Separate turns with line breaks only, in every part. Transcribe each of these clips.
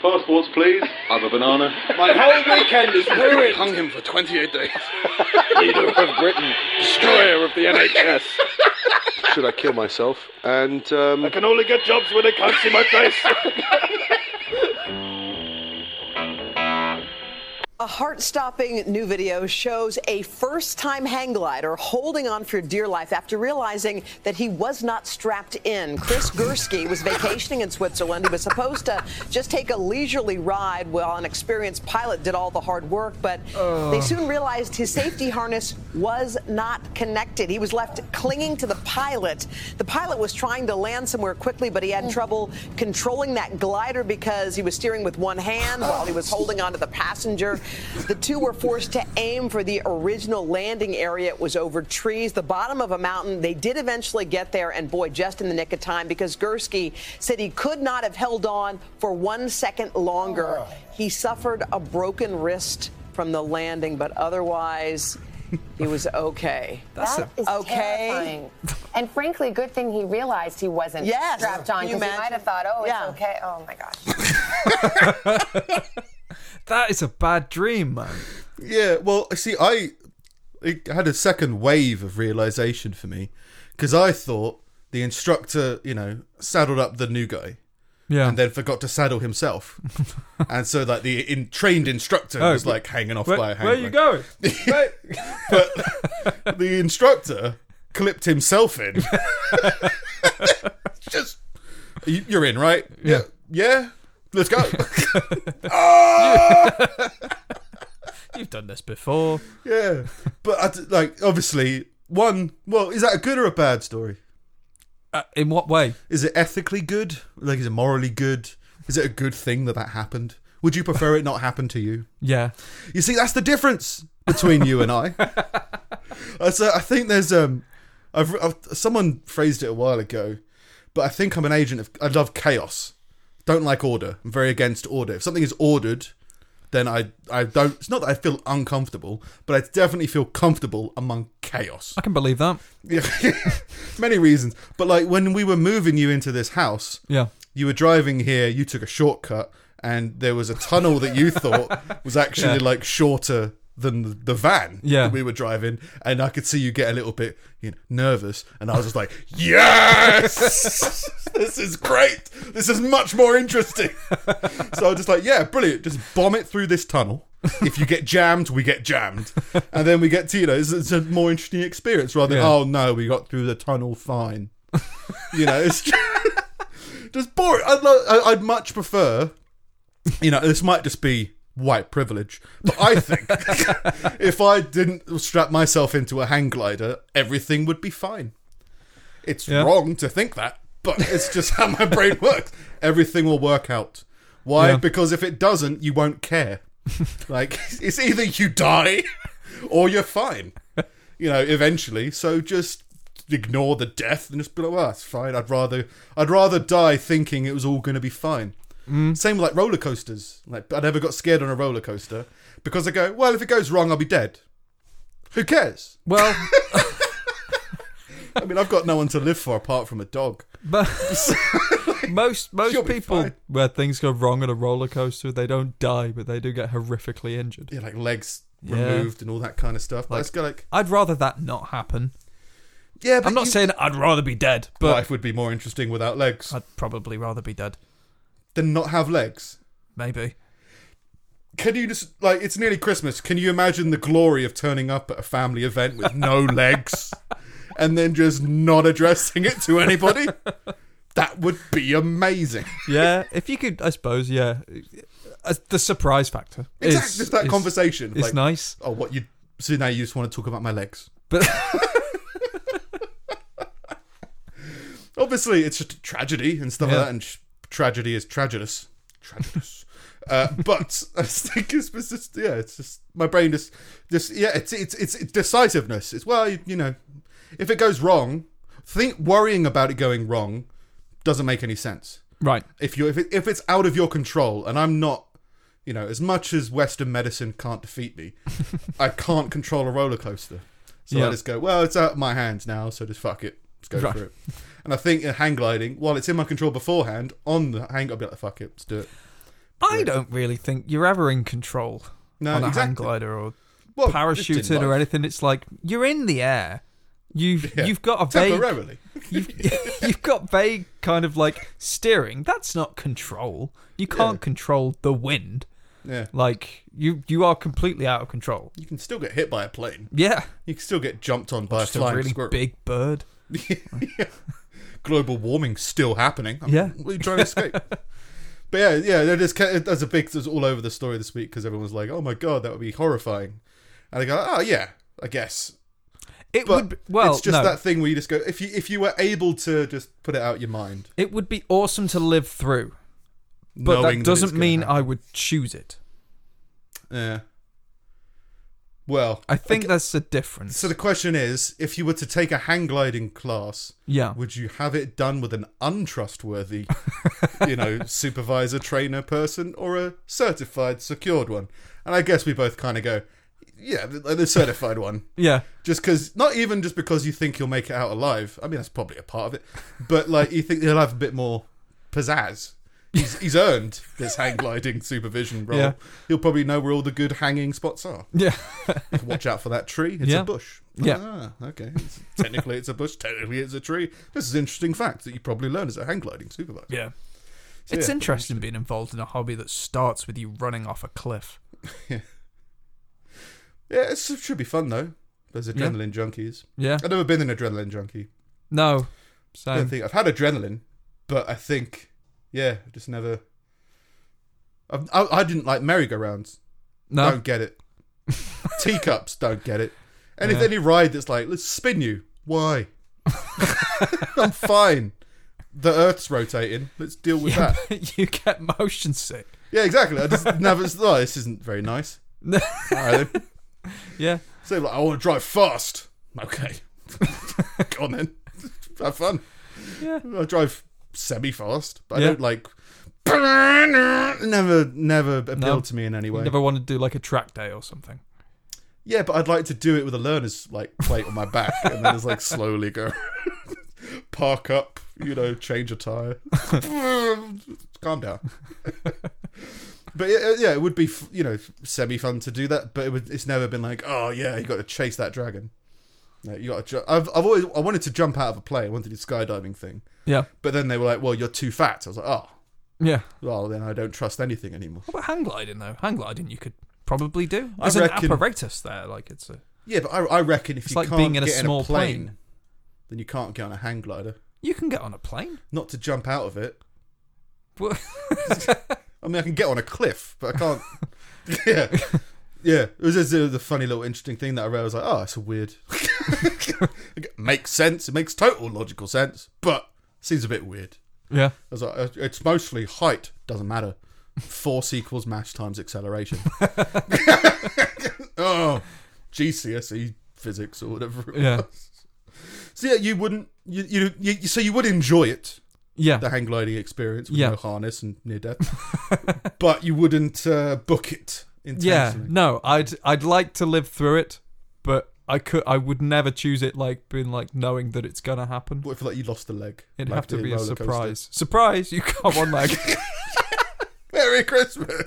Passports, please. Have a banana.
My whole weekend is ruined.
Hung him for 28 days. Leader of Britain, destroyer of the NHS. Should I kill myself? And um,
I can only get jobs when they can't see my face.
A heart stopping new video shows a first time hang glider holding on for dear life after realizing that he was not strapped in. Chris Gursky was vacationing in Switzerland. He was supposed to just take a leisurely ride while an experienced pilot did all the hard work, but they soon realized his safety harness was not connected. He was left clinging to the pilot. The pilot was trying to land somewhere quickly, but he had trouble controlling that glider because he was steering with one hand while he was holding onto the passenger. The two were forced to aim for the original landing area. It was over trees, the bottom of a mountain. They did eventually get there, and boy, just in the nick of time because Gursky said he could not have held on for one second longer.
Oh.
He suffered a broken wrist from the landing, but otherwise, he was okay.
That is
Okay.
terrifying. And frankly, good thing he realized he wasn't
Yes.
strapped on
Can you
because he might
imagine?
have thought, oh,
Yeah.
it's okay. Oh my gosh.
That is a bad dream, man.
Yeah, well, see, I it had a second wave of realization for me because I thought the instructor, you know, saddled up the new guy
Yeah.
and then forgot to saddle himself, and so like the in, trained instructor
Oh,
was like hanging off
where,
by a
where you
handbrake.
going?
But the instructor clipped himself in. Just "You- you're in, right?
Yeah.
yeah. Let's go.
You've done this before.
yeah, but I d like obviously one. Well, is that a good or a bad story?
Uh, in what way?
is it ethically good? Like, is it morally good? Is it a good thing that that happened? Would you prefer it not happen to you?
Yeah.
You see, that's the difference between you and I. Uh, so I think there's um, I've, I've someone phrased it a while ago, but I think I'm an agent of. I love chaos. Don't like order. I'm very against order. If something is ordered, then I I don't. It's not that I feel uncomfortable, but I definitely feel comfortable among chaos.
I can believe that.
Yeah, many reasons. But like when we were moving you into this house,
Yeah.
you were driving here, you took a shortcut, and there was a tunnel that you thought was actually
Yeah.
like shorter than the- the van
Yeah.
that we were driving, and I could see you get a little bit you know, nervous, and I was just like, "Yes, this is great. This is much more interesting." So I was just like, "Yeah, brilliant. Just bomb it through this tunnel." if you get jammed, we get jammed, and then we get to you know it's, it's a more interesting experience rather than
Yeah.
oh no, we got through the tunnel fine. you know, it's just boring. I'd, lo- I- I'd much prefer, you know, this might just be white privilege, but I think if I didn't strap myself into a hang glider, everything would be fine. It's
Yeah.
wrong to think that, but it's just how my brain works. Everything will work out. Why?
Yeah.
Because if it doesn't, you won't care. like, it's either you die or you're fine, you know, eventually. So just ignore the death and just be like, well, that's fine. I'd rather I'd rather die thinking it was all going to be fine.
Mm.
Same with like roller coasters. Like I never got scared on a roller coaster because I go, well, if it goes wrong, I'll be dead. Who cares?
Well,
I mean, I've got no one to live for apart from a dog.
but most
She'll
most
be
people
fine.
where things go wrong on a roller coaster, they don't die, but they do get horrifically injured.
Yeah, like legs
Yeah.
removed and all that kind of stuff. But
Like-
it's got like
I'd rather that not happen.
yeah, but
I'm not
you-
saying I'd rather be dead, but
life would be more interesting without legs
I'd probably rather be dead.
than not have legs.
Maybe.
Can you just like it's nearly Christmas? Can you imagine the glory of turning up at a family event with no legs and then just not addressing it to anybody? That would be amazing.
Yeah, if you could, I suppose. Yeah, Uh, the surprise factor.
Exactly,
is-
just that
is-
conversation.
It's
like,
nice,
Oh, what you? So now you just want to talk about my legs?
but
Obviously, it's just a tragedy and stuff
Yeah.
like that, and sh- tragedy is tragedous. Tragedous. uh, but I think it's, it's just yeah, it's just my brain just just yeah, it's it's it's, it's decisiveness. It's well, you, you know, if it goes wrong, think worrying about it going wrong doesn't make any sense.
right.
If you if it, if it's out of your control, and I'm not. You know, as much as Western medicine can't defeat me, I can't control a roller coaster. So
Yeah.
I just go, well, it's out of my hands now, so just fuck it. Let's go
Right.
for it. uh, And I think in hang gliding, while it's in my control beforehand, on the hang, I'll be like, fuck it, let's do it.
I don't really think you're ever in control
No,
on a hang
exactly.
glider or
Well, just in
parachuting or
life.
anything. It's like you're in the air. You've
Yeah.
you've got a vague
temporarily.
you've, you've got vague kind of like steering. That's not control. You can't control the wind.
Yeah,
Like you you are completely out of control.
you can still get hit by a plane.
Yeah,
You can still get jumped on by
just
a
a
flying
really
squirrel.
big bird.
Yeah. Global warming's still happening. I mean,
Yeah.
what are you trying to escape? but yeah, yeah, that is ca- that's a big that's all over the story this week because everyone's like, "Oh my god, that would be horrifying," and I go, "Oh yeah, I guess."
It
But
would be, well
it's just
no.
that thing where you just go, if you if you were able to just put it out your mind,
It would be awesome to live through, but
knowing
that
it's
doesn't
gonna
mean
happen.
I would choose it.
Yeah. Well,
I think that's a difference.
so the question is, if you were to take a hang gliding class,
yeah,
would you have it done with an untrustworthy you know supervisor trainer person or a certified secured one and i guess we both kind of go yeah the, the certified one
yeah.
just because not even just because you think you'll make it out alive i mean that's probably a part of it but like you think he'll have a bit more pizzazz he's, he's earned this hang gliding supervision role
Yeah.
he'll probably know where all the good hanging spots are
Yeah.
watch out for that tree. It's
Yeah.
a bush.
Yeah.
Ah, okay. It's- technically, it's a bush. Technically, it's a tree. This is an interesting fact that you probably learn as a hang gliding supervisor.
yeah. It's
yeah.
interesting being involved in a hobby that starts with you running off a cliff.
Yeah, it's, it should be fun though. Those adrenaline junkies.
Yeah.
I've never been an adrenaline junkie.
No.
I don't
So
think I've had adrenaline, but I think yeah, I just never. I've, I I didn't like merry-go-rounds.
no.
Don't get it. Teacups. Don't get it. And if any ride that's like let's spin you, why? I'm fine. The Earth's rotating. Let's deal with that.
you get motion sick.
Yeah, exactly. I just never. Oh, this isn't very nice.
No.
All right, then.
yeah.
So like, I want to drive fast. Okay, go on then. Have fun.
Yeah.
I drive semi-fast, but
Yeah.
I don't like. Never, never appealed
No.
to me in any way.
Never want to do like a track day or something.
Yeah, but I'd like to do it with a learner's like plate on my back, and then just like slowly go park up, you know, change a tire, calm down. but yeah, yeah, it would be f- you know semi fun to do that, but it would, it's never been like oh yeah, you got to chase that dragon. No, you got to. Ju- I've I've always I wanted to jump out of a plane. I wanted to do skydiving thing,
Yeah.
but then they were like, well, you're too fat. I was like, oh,
Yeah.
well, then I don't trust anything anymore.
What about hang gliding though? Hang gliding you could probably do. There's
reckon-
an apparatus there, like it's a
Yeah, but I, I reckon if
It's
you
like
can't
being in a
get
small
in a plane,
plane.
then you can't get on a hang glider.
you can get on a plane.
not to jump out of it.
What-
I mean, I can get on a cliff, but I can't. yeah, yeah. It was just a, the funny little interesting thing that I read. I was like, oh, it's a weird. it makes sense. It makes total logical sense, but seems a bit weird.
yeah.
I was like, "Uh, it's mostly height. Doesn't matter. Force equals mass times acceleration. oh, GCSE E physics or whatever. It
Yeah.
Was. So yeah, you wouldn't. You, you you so you would enjoy it
Yeah.
the hang gliding experience with
Yeah.
no harness and near death, but you wouldn't uh, book it
Yeah,
intentionally.
no, I'd I'd like to live through it, but I could I would never choose it like being like knowing that it's gonna happen.
What if like you lost a leg?
It'd
Like
have to
the
be a
roller coaster.
surprise. Surprise! You got one leg.
Merry Christmas.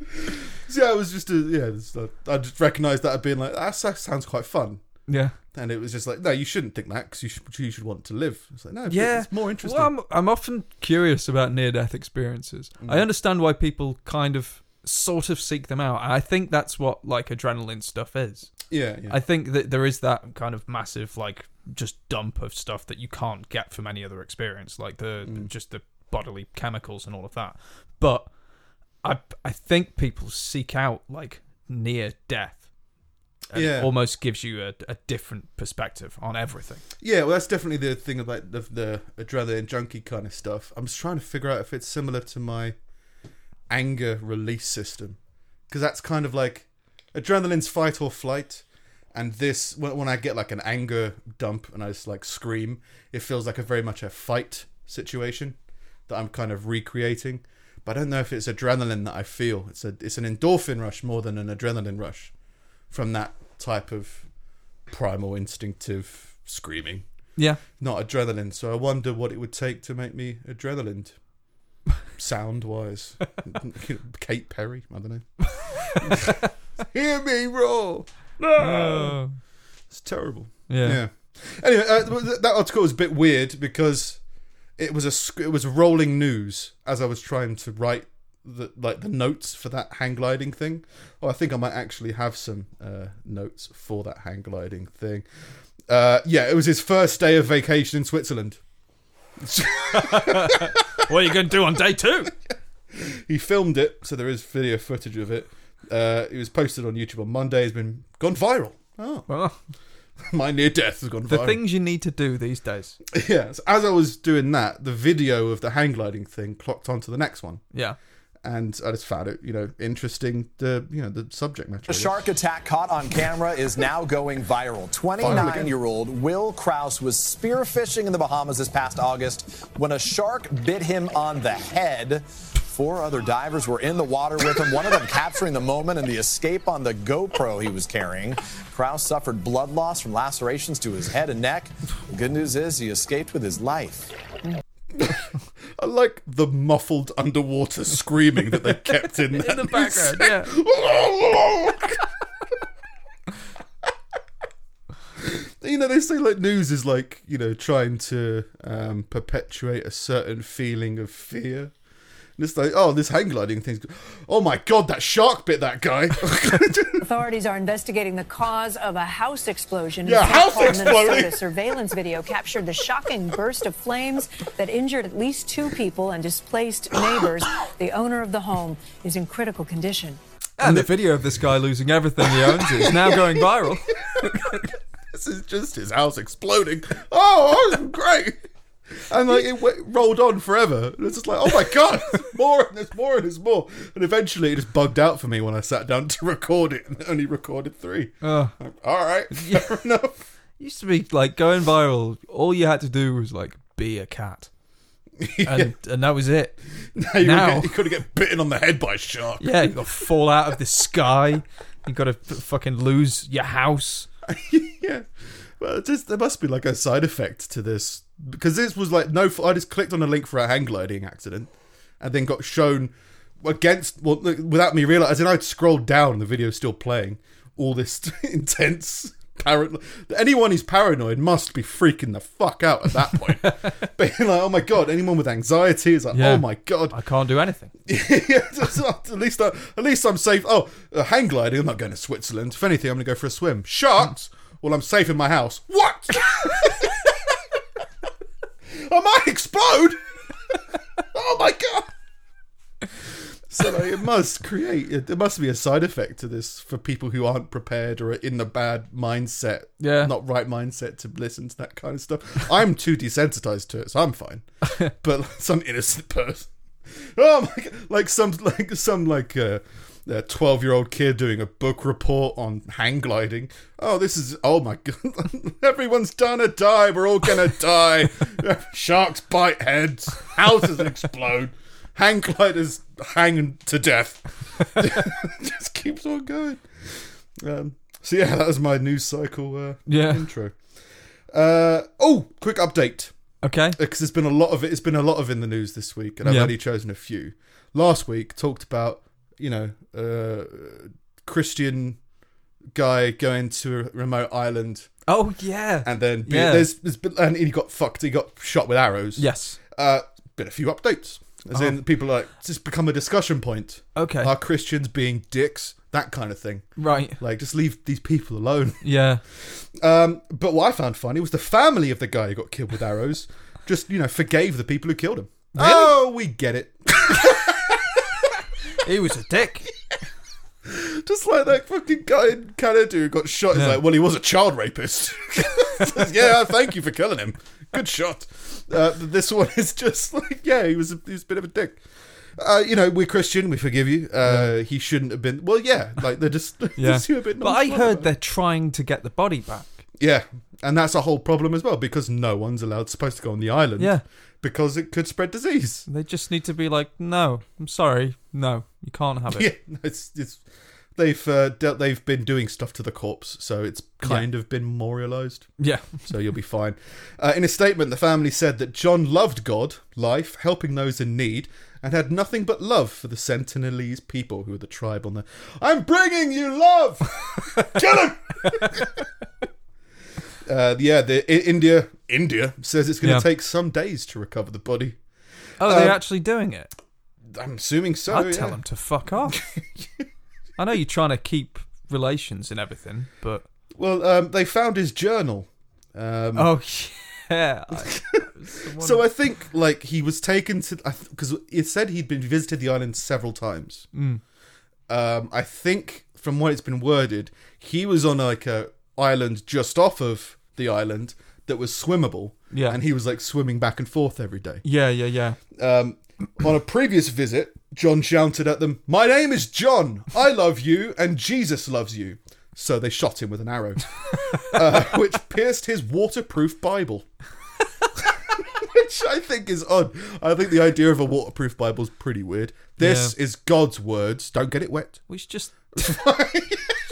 So, yeah, it was just a yeah. it was, uh, I just recognised that as being like that s- sounds quite fun,
yeah.
and it was just like no, you shouldn't think that because you should you should want to live. It's like no, but
Yeah.
it's more interesting.
Well, um, I'm I'm often curious about near death experiences.
Mm.
I understand why people kind of sort of seek them out. I think that's what like adrenaline stuff is.
yeah, yeah.
I think that there is that kind of massive like just dump of stuff that you can't get from any other experience, like the
Mm.
just the bodily chemicals and all of that. But I I think people seek out like near death. And
Yeah.
It almost gives you a, a different perspective on everything.
Yeah, well, that's definitely the thing about the, the adrenaline junkie kind of stuff. I'm just trying to figure out if it's similar to my anger release system, because that's kind of like adrenaline's fight or flight, and this when, when I get like an anger dump and I just like scream, it feels like a very much a fight situation that I'm kind of recreating. But I don't know if it's adrenaline that I feel. It's a it's an endorphin rush more than an adrenaline rush from that type of primal instinctive screaming
Yeah.
not adrenaline. So I wonder what it would take to make me adrenaline. sound wise. Kate Perry, I don't know. Hear me roar.
Oh.
It's terrible.
Yeah.
Yeah. Anyway, uh, th- th- that article was a bit weird because it was a sc- it was rolling news as I was trying to write the like the notes for that hang gliding thing. Oh, I think I might actually have some uh, notes for that hang gliding thing. Uh, yeah, it was his first day of vacation in Switzerland.
What are you going to do on day two?
He filmed it, so there is video footage of it. Uh, it was posted on YouTube on Monday. Has been gone viral. Oh,
Well,
my near death has gone viral.
the things you need to do these days.
Yeah, so as I was doing that, the video of the hang gliding thing clocked onto the next one,
Yeah.
and I just found it, you know, interesting. The you know the subject matter.
The shark attack caught on camera is now going viral. 29 year old Will Kraus was spearfishing in the Bahamas this past August when a shark bit him on the head. Four other divers were in the water with him, one of them capturing the moment and the escape on the GoPro he was carrying. Kraus suffered blood loss from lacerations to his head and neck. The good news is he escaped with his life.
I like the muffled underwater screaming that they kept in, in
the background, yeah.
You know, they say like news is like, you know, trying to um, perpetuate a certain feeling of fear. And it's like, oh, this hang gliding thing's. Oh my god, that shark bit that guy.
Authorities are investigating the cause of a house explosion.
Yeah,
in
house
South Hall,
exploding.
Minnesota. Surveillance video captured the shocking burst of flames that injured at least two people and displaced neighbors. The owner of the home is in critical condition.
And the video of this guy losing everything he owns is now going viral.
this is just his house exploding. Oh, that was great. And like it w- rolled on forever. And it's just like, oh my god, there's more and there's more and there's more. And eventually it just bugged out for me when I sat down to record it and only recorded three.
Uh.
Like, All right, fair enough.
used to be like going viral. All you had to do was like be a cat, and and that was it.
Now you,
Now-
Get, you could get bitten on the head by a shark.
Yeah, you got to fall out of the sky. You got to fucking lose your house.
yeah. Well, it just, there must be like a side effect to this because this was like no. I just clicked on a link for a hang gliding accident, and then got shown against well look, without me realizing. I'd scrolled down, the video's still playing. All this intense. Parano- anyone who's paranoid must be freaking the fuck out at that point. Being like, oh my god, anyone with anxiety is like,
Yeah.
oh my god,
I can't do anything.
yeah, just- at least I, at least I'm safe. Oh, uh, hang gliding. I'm not going to Switzerland. If anything, I'm going to go for a swim. Sharks. Well, I'm safe in my house. What? I might explode. oh my god. So like, it must create. It, there must be a side effect to this for people who aren't prepared or are in the bad mindset.
Yeah.
Not right mindset to listen to that kind of stuff. I'm too desensitized to it, so I'm fine. but like, some innocent person. Oh my god! Like some like some like uh, a twelve year old kid doing a book report on hang gliding. Oh, this is oh my god! Everyone's gonna die. We're all gonna die. Sharks bite heads. Houses explode. Hang gliders hang to death. Just keeps on going. Um, so yeah, that was my news cycle uh,
Yeah.
intro. Uh, oh, quick update
Okay.
because there's been a lot of it. It's been a lot of in the news this week, and I've
Yeah.
only chosen a few. Last week talked about you know uh, Christian guy going to a remote island
Oh yeah.
and then be,
Yeah.
there's, there's been, and he got fucked. He got shot with arrows.
yes.
Uh, been a few updates. As in, people are like, it's just become a discussion point.
Oh. Okay.
Are Christians being dicks? That kind of thing.
Right.
Like, just leave these people alone.
Yeah.
Um, but what I found funny was the family of the guy who got killed with arrows just, you know, forgave the people who killed him. Oh, we get it.
He was a dick.
just like that fucking guy in Canada who got shot. He's
Yeah.
like, well, he was a child rapist. yeah, thank you for killing him. Good shot. Uh, but this one is just like, yeah, he was a, he was a bit of a dick. Uh, you know, we're Christian. We forgive you. Uh, He shouldn't have been. Well, yeah, like they're just.
Yeah.
just, you know, a bit
But I
nonchalant about
heard
it.
they're trying to get the body back.
Yeah, and that's a whole problem as well because no one's allowed supposed to go on the island.
Yeah.
because it could spread disease.
They just need to be like, no, I'm sorry, no, you can't have it.
Yeah, it's it's they've uh, de- they've been doing stuff to the corpse, so it's kind of been memorialized.
Yeah.
so you'll be fine. Uh, in a statement, the family said that John loved God, life, helping those in need, and had nothing but love for the Sentinelese people, who are the tribe on the. I'm bringing you love. Kill him. uh, yeah, the I- India India says it's going to
Yeah.
take some days to recover the body.
Oh, they're actually doing it.
I'm assuming so.
I'd tell
Um, oh, yeah.
them to fuck off. I know you're trying to keep relations and everything, but
Well, um, they found his journal. Um,
oh yeah, I-
So I think like he was taken to because it said he'd been visited the island several times. Um, I think from what it's been worded, he was on like a island just off of the island that was swimmable.
Yeah.
and he was like swimming back and forth every day.
yeah, yeah, yeah.
Um, on a previous visit, John shouted at them, "My name is John. I love you, and Jesus loves you." So they shot him with an arrow, uh, which pierced his waterproof Bible. which I think is odd. I think the idea of a waterproof Bible is pretty weird. This is God's words. Don't get it wet.
We should just,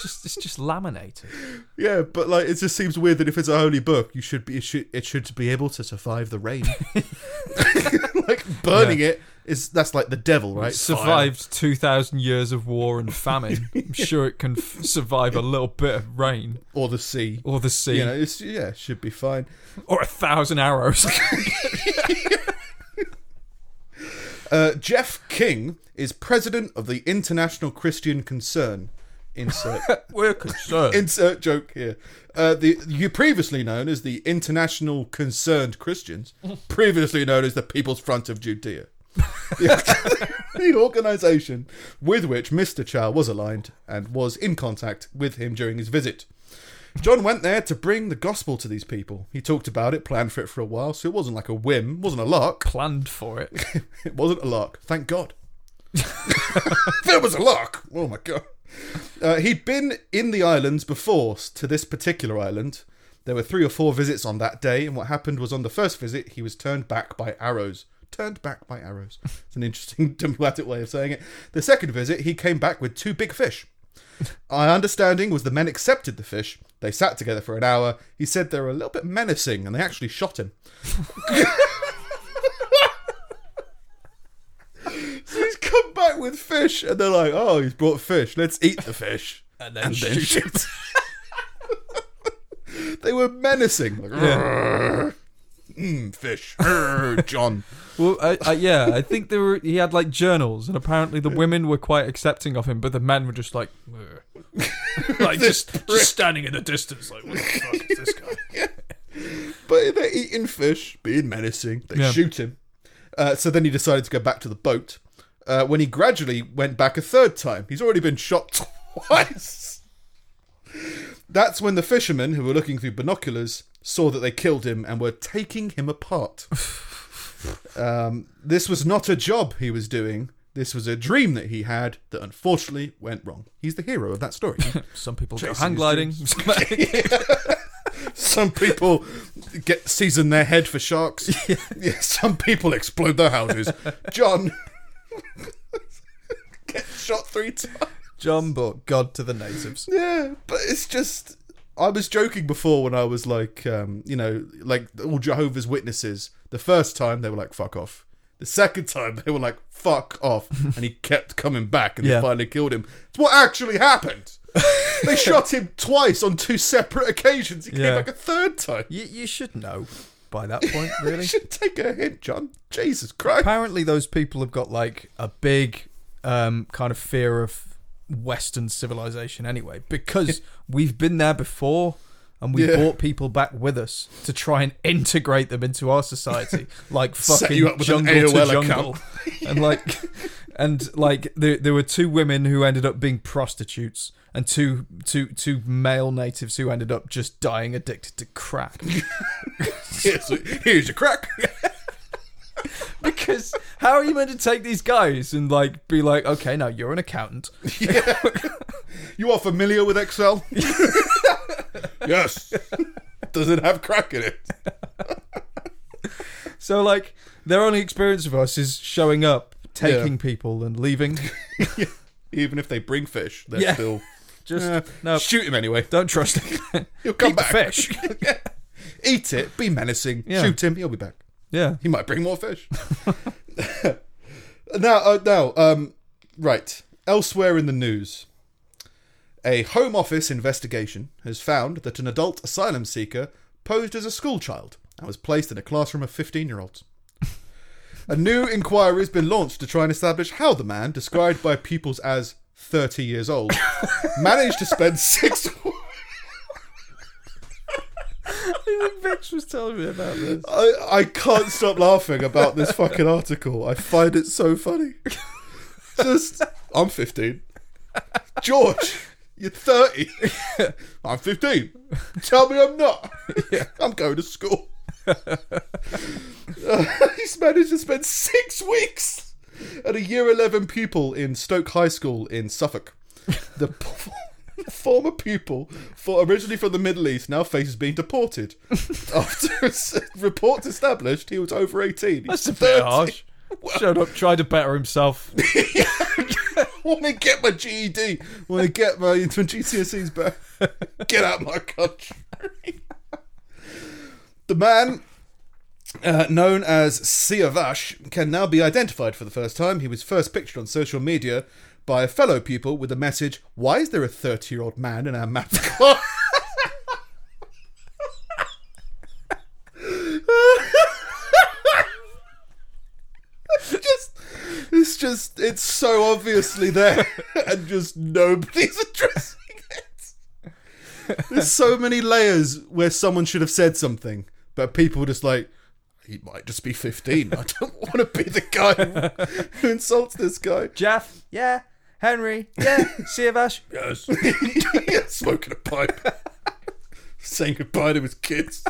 just it's just laminated.
Yeah, but like it just seems weird that if it's a holy book, you should be it should, it should be able to survive the rain. like burning it is that's like the devil, right? Fire.
Survived two thousand years of war and famine. I'm sure it can f- survive a little bit of rain
or the sea.
or the sea
you know, it's, yeah, it should be fine.
or a thousand arrows.
Uh, Jeff King is president of the International Christian Concern. Insert
We're concerned.
insert joke here. Uh, the you previously known as the International Concerned Christians, previously known as the People's Front of Judea, the, the organisation with which Mister Chow was aligned and was in contact with him during his visit. John went there to bring the gospel to these people. He talked about it, planned for it for a while, so it wasn't like a whim, wasn't a lark.
planned for it.
It wasn't a lark. Thank God. if it was a lark, oh my God. Uh, he'd been in the islands before s- to this particular island. There were three or four visits on that day, and what happened was on the first visit, he was turned back by arrows. Turned back by arrows. It's an interesting diplomatic way of saying it. The second visit, he came back with two big fish. My understanding was the men accepted the fish. They sat together for an hour. He said they were a little bit menacing, and they actually shot him. so he's come back with fish, and they're like, "Oh, he's brought fish. Let's eat the fish."
And then
shit. they were menacing. Like, "Rrrr, mm, fish. Rrrr, John.
Well, I, I, yeah, I think there were. He had like journals, and apparently the women were quite accepting of him, but the men were just like, "Ugh." like just, just standing in the distance, like, what the fuck is this guy?
But they're eating fish, being menacing. They
Yeah.
shoot him. Uh, so then he decided to go back to the boat. Uh, when he gradually went back a third time, he's already been shot twice. That's when the fishermen, who were looking through binoculars, saw that they killed him and were taking him apart. um, this was not a job he was doing. This was a dream that he had that unfortunately went wrong. He's the hero of that story.
Some people go
Chasing
hang
his
gliding.
some people get season their head for sharks. Yeah. some people explode their houses. John get shot three times.
John brought God to the natives.
Yeah, but it's just I was joking before when I was like, um, you know, like all Jehovah's Witnesses. The first time they were like, "Fuck off." The second time they were like, "Fuck off," and he kept coming back, and
Yeah.
they finally killed him. It's what actually happened. they shot him twice on two separate occasions. He
Yeah.
came back a third time.
You, you should know by that point,
You
really.
should take a hint, John. Jesus Christ.
Apparently, those people have got like a big um, kind of fear of Western civilization anyway, because we've been there before and we
Yeah.
brought people back with us to try and integrate them into our society, like
Set
fucking
you up with an
jungle
AOL
to jungle.
account.
and like and like there, there were two women who ended up being prostitutes and two two two male natives who ended up just dying addicted to crack
Here's, here's your crack.
because how are you meant to take these guys and like be like okay now you're an accountant
You are familiar with Excel? yes. Does it have crack in it?
so like their only experience of us is showing up taking people and leaving
even if they bring fish, they're
Yeah.
still
Just-
Eh,
no.
shoot him anyway.
Don't trust him.
He'll come
Eat the
back.
fish.
Eat it. Be menacing.
Yeah.
Shoot him. He'll be back.
Yeah.
He might bring more fish. now, uh, now, um, right. Elsewhere in the news, a Home Office investigation has found that an adult asylum seeker posed as a schoolchild and was placed in a classroom of 15 year olds. A new inquiry has been launched to try and establish how the man, described by pupils as 30 years old, managed to spend six
Bitch was telling me about this.
I, I can't stop laughing about this fucking article. I find it so funny. Just, I'm 15. George, you're 30. I'm 15. Tell me I'm not. I'm going to school. Uh, he's managed to spend six weeks at a year 11 pupil in Stoke High School in Suffolk. The p- former pupil, for originally from the Middle East, now faces being deported. After s- reports established, he was over 18. He's
That's a
30.
bit harsh. Showed up, tried to better himself.
want to get my GED. want to get my, my GCSEs back. Get out of my country. the man, uh, known as Siavash, can now be identified for the first time. He was first pictured on social media by a fellow pupil with the message, Why is there a 30 year old man in our maths class? just it's just it's so obviously there and just nobody's addressing it there's so many layers where someone should have said something but people are just like he might just be 15 i don't want to be the guy who insults this guy
Jeff, yeah. Henry, yeah. Siavash, yes.
smoking a pipe saying goodbye to his kids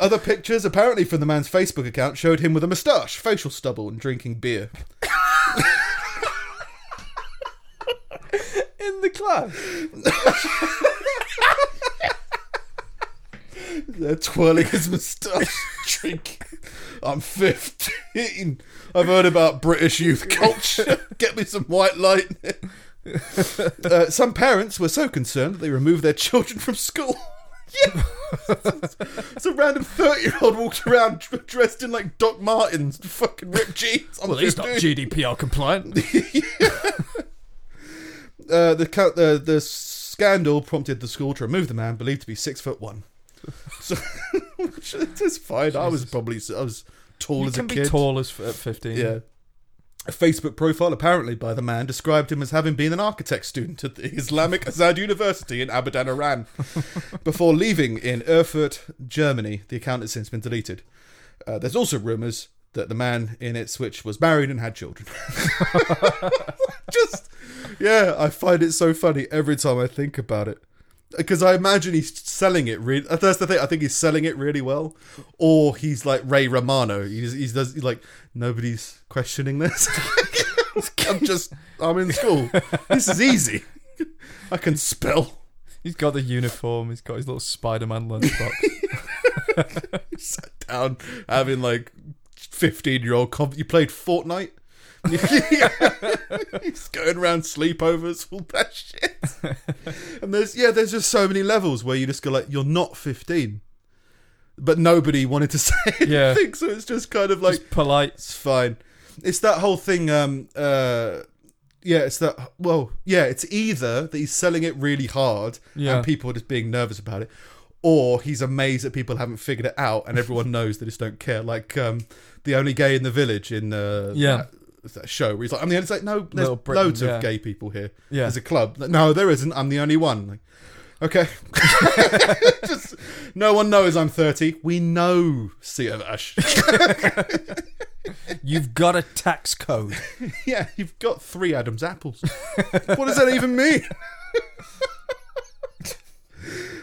Other pictures, apparently from the man's Facebook account, showed him with a moustache, facial stubble, and drinking beer.
In the club.
They're twirling his moustache, drinking. I'm 15. I've heard about British youth culture. Get me some white light. Uh, some parents were so concerned that they removed their children from school. Yeah. Some random 30 year old walked around dr- dressed in like Doc Martens, fucking ripped jeans. I'm
Well, he's not
15.
GDPR compliant.
uh, the ca- the the scandal prompted the school to remove the man believed to be six foot one. So which is fine. I was probably I was tall
You
as a
can be
kid.
tall as f- at 15.
Yeah. A Facebook profile, apparently by the man, described him as having been an architect student at the Islamic Azad University in Abadan, Iran, before leaving in Erfurt, Germany. The account has since been deleted. Uh, there's also rumours that the man in it switch was married and had children. Just, yeah, I find it so funny every time I think about it. Because I imagine he's selling it really. That's the thing. I think he's selling it really well, or he's like Ray Romano. He's, he's, does, he's like nobody's questioning this. I'm just I'm in school. This is easy. I can spell.
He's got the uniform, he's got his little Spider Man lunchbox.
Sat down having like fifteen year old. Comp- you played Fortnite. he's going around sleepovers, all that shit. And there's yeah, there's just so many levels where you just go like, you're not fifteen, but nobody wanted to say anything,
Yeah.
so it's just kind of like
Just polite.
it's fine. It's that whole thing. Um, uh, yeah, it's that. Well, yeah, it's either that he's selling it really hard
Yeah.
and people are just being nervous about it, or he's amazed that people haven't figured it out and everyone knows they just don't care. Like um, the only gay in the village in uh,
Yeah.
that- That show where he's like, I'm the only. It's like, no, there's
Little Britain,
loads
yeah.
of gay people here.
Yeah.
There's a club. Like, No, there isn't. I'm the only one. Like, okay. Just, no one knows I'm 30. We know, Sea of Ash.
You've got a tax code.
Yeah, you've got three Adam's apples. what does that even mean?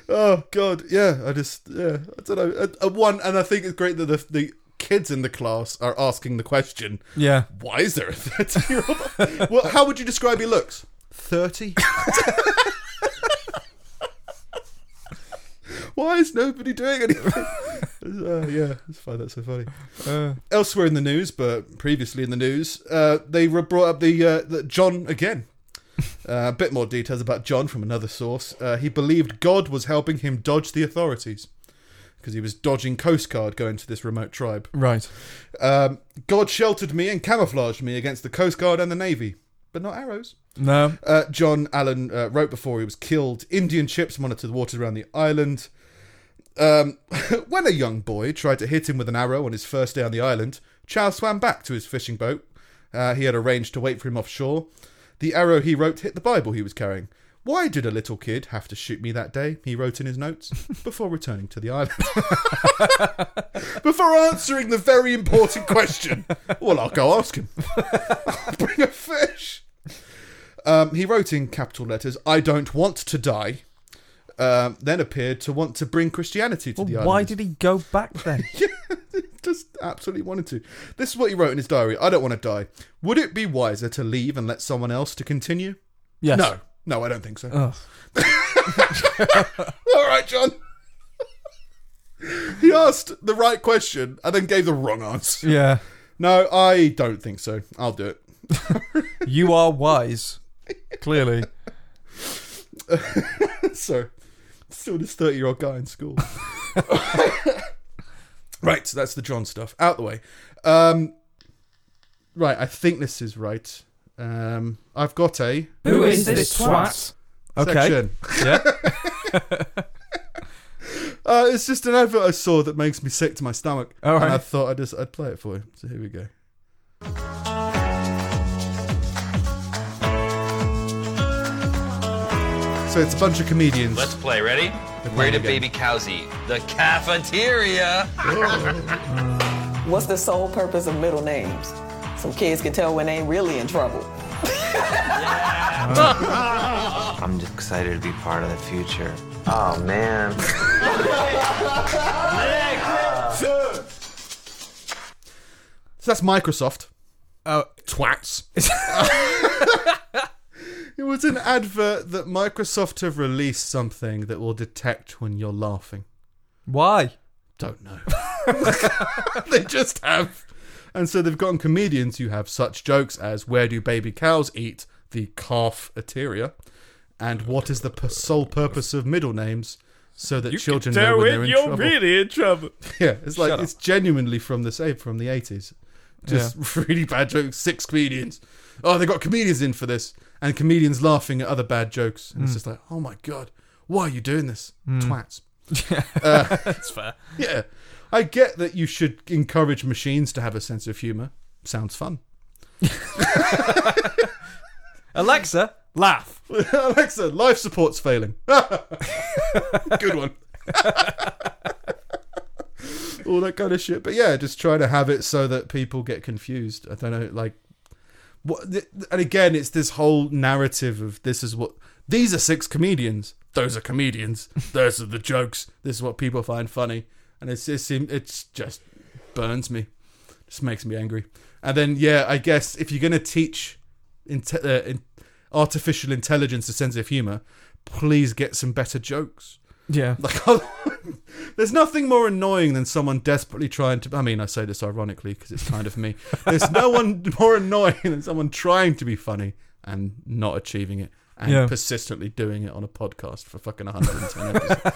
oh God, yeah. I just, yeah, I don't know. At, at one, and I think it's great that the, the kids in the class are asking the question.
Yeah.
Why is there a thirty-year-old? well, how would you describe your looks? Thirty. Why is nobody doing anything? Uh, yeah, I find that so funny. Uh, Elsewhere in the news, but previously in the news, uh, they re- brought up the, uh, the John again. Uh, a bit more details about John from another source. Uh, he believed God was helping him dodge the authorities because he was dodging Coast Guard going to this remote tribe.
Right.
Um, God sheltered me and camouflaged me against the Coast Guard and the Navy, but not arrows.
No.
Uh, John Allen uh, wrote before he was killed Indian ships monitored the waters around the island. Um, when a young boy tried to hit him with an arrow on his first day on the island, Chow swam back to his fishing boat. Uh, he had arranged to wait for him offshore. The arrow he wrote hit the Bible he was carrying. Why did a little kid have to shoot me that day? He wrote in his notes before returning to the island. before answering the very important question, well, I'll go ask him. I'll bring a fish. Um, he wrote in capital letters, I don't want to die. Um, then appeared to want to bring Christianity to the island.
Why did he go back then?
just absolutely wanted to. This is what he wrote in his diary. I don't want to die. Would it be wiser to leave and let someone else to continue?
Yes.
No. No, I don't think so. All right, John. he asked the right question and then gave the wrong answer.
Yeah.
No, I don't think so. I'll do it.
You are wise. Clearly.
So, still this 30 year old guy in school. right, so that's the John stuff. Out the way. Um, right, I think this is right. Um, I've got a
Who is this twat?
Okay.
section.
Yeah.
Uh, it's just an advert I saw that makes me sick to my stomach.
All right.
And I thought I'd just I'd play it for you. So here we go. So it's a bunch of comedians.
Let's play. Ready? Where did baby cows eat? The cafeteria.
What's the sole purpose of middle names? So kids can tell when they ain't really in trouble.
I'm just excited to be part of the future. Oh man.
So that's Microsoft.
Oh.
Twats. it was an advert that Microsoft have released something that will detect when you're laughing.
Why?
Don't know. they just have. And so they've gotten comedians who have such jokes as Where do baby cows eat? The calf ateria. And what is the p- sole purpose of middle names? So that children know when they're in trouble.
in trouble.
Yeah, it's like
Shut up.
it's genuinely from the same from the eighties. Just really bad jokes. Six comedians. Oh, they got comedians in for this, and comedians laughing at other bad jokes. And
Hmm.
it's just like, oh my god, why are you doing this, twats? Uh,
That's fair.
Yeah, I get that you should encourage machines to have a sense of humor. Sounds fun.
Alexa, laugh.
Alexa, life support's failing. Good one. All that kind of shit. But yeah, just trying to have it so that people get confused. I don't know, like what th- and again, it's this whole narrative of this is what these are six comedians. Those are comedians. Those are the jokes. This is what people find funny. And it's it seem it's just burns me. Just makes me angry. And then yeah, I guess if you're going to teach inte- uh, in- artificial intelligence a sense of humor, please get some better jokes.
Yeah.
Like, otherwise- there's nothing more annoying than someone desperately trying to. I mean, I say this ironically because it's kind of me. There's no one more annoying than someone trying to be funny and not achieving it and
Yeah.
persistently doing it on a podcast for fucking 110 episodes.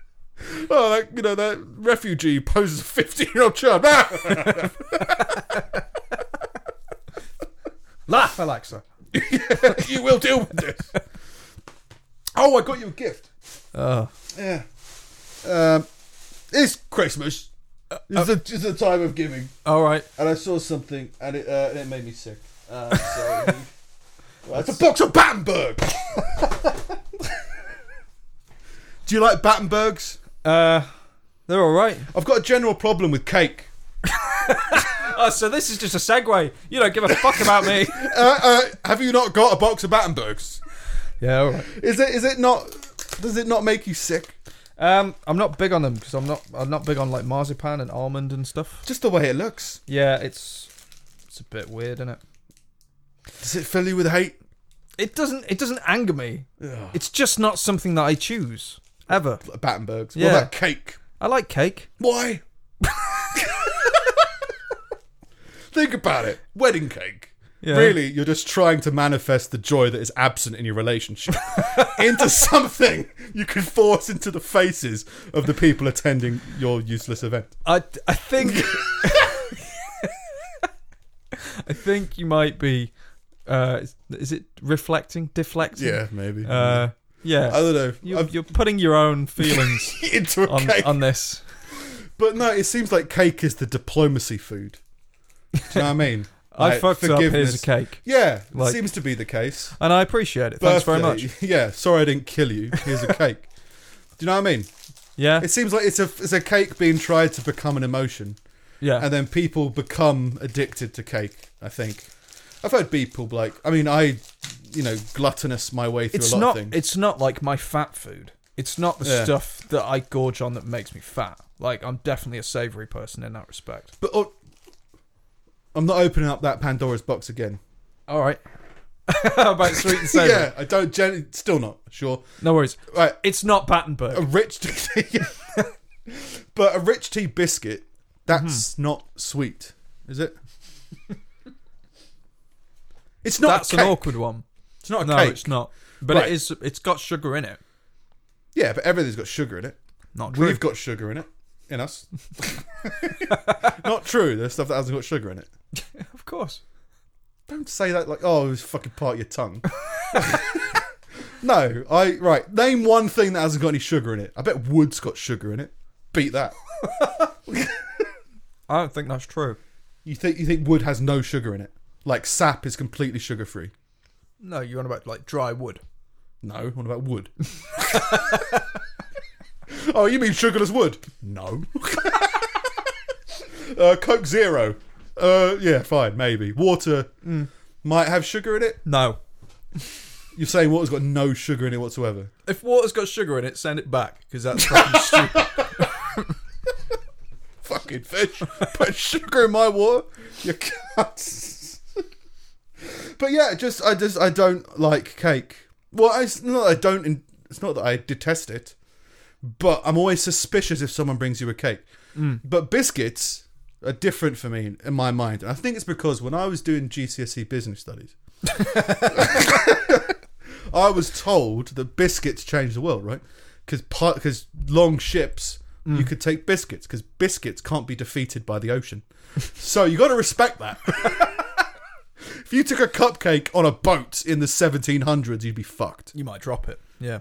oh, that, you know, that refugee poses a 15 year old child. "Ah,
Laugh, Alexa.
you will deal with this. Oh, I got you a gift. Ah.
Oh.
Yeah. Um, it's Christmas. It's, a, it's a time of giving.
All right.
And I saw something and it, uh, and it made me sick. Uh, so, well, it's a box of Battenberg. Do you like Battenbergs?
Uh, they're all right.
I've got a general problem with cake.
Oh, so this is just a segue. You don't give a fuck about me.
Uh, uh, have you not got a box of Battenbergs?
yeah, all right.
Is it? Is it not? Does it not make you sick?
Um, I'm not big on them because I'm not. I'm not big on like marzipan and almond and stuff.
Just the way it looks.
Yeah, it's it's a bit weird, isn't it?
Does it fill you with hate?
It doesn't. It doesn't anger me. It's just not something that I choose.
Ever.
Battenbergs.
Yeah.
What about cake?
I like cake.
Why? Think about it. Wedding cake.
Yeah.
Really, you're just trying to manifest the joy that is absent in your relationship into something you can force into the faces of the people attending your useless event.
I, I think I think you might be. Uh, is- is it reflecting, deflecting?
Yeah, maybe.
Uh, yeah,
I don't know.
You're,
I've-
you're putting your own feelings
Into a
on,
cake.
on this.
But no, it seems like cake is the diplomacy food. Do you know what I mean?
I
Like,
fucked up. Here's a
forgiveness.
cake.
Yeah,
Like-
seems to be the case.
and I appreciate it. Thanks very
Birthday.
much.
Yeah, sorry I didn't kill you. Here's a cake. Do you know what I mean?
Yeah.
It seems like it's a it's a cake being tried to become an emotion.
Yeah.
And then people become addicted to cake. I think. I've heard people be like. I mean, I, you know, gluttonous my way through
It's
a lot
not.
of things.
It's not like my fat food. It's not the
Yeah.
stuff that I gorge on that makes me fat. Like I'm definitely a savoury person in that respect.
But oh, I'm not opening up that Pandora's box again.
All right. How about sweet and savoury?
yeah, I don't. Gen- still not sure.
No worries.
Right.
It's not Battenberg.
A rich tea, but a rich tea biscuit. That's
Mm-hmm.
not sweet, is it? It's not. a
That's an
cake.
awkward one.
It's not a
no,
cake.
it's not. But
Right.
it is. It's got sugar in it.
Yeah, but everything's got sugar in it.
Not true.
We've got sugar in it. In us. not true. There's stuff that hasn't got sugar in it.
Of course.
Don't say that like, oh, it was fucking part of your tongue. no, I right. Name one thing that hasn't got any sugar in it. I bet wood's got sugar in it. Beat that.
I don't think that's true.
You think you think wood has no sugar in it? Like sap is completely sugar free.
No, you're on about like dry wood.
No, what about wood? oh, you mean sugarless wood? No. uh, Coke Zero. Uh, yeah, fine, maybe. Water might have sugar in it.
No.
You're saying water's got no sugar in it whatsoever.
If water's got sugar in it, send it back because that's fucking stupid.
Fucking fish, put sugar in my water. You can't. but yeah, just I just I don't like cake. Well, I, it's not that I don't. in- It's not that I detest it, but I'm always suspicious if someone brings you a cake.
Mm.
But biscuits are different for me in, in my mind, and I think it's because when I was doing GCSE E business studies, I was told that biscuits changed the world, right? Because because long ships, you could take biscuits because biscuits can't be defeated by the ocean. so you got to respect that. if you took a cupcake on a boat in the 1700s, you'd be fucked.
You might drop it. Yeah.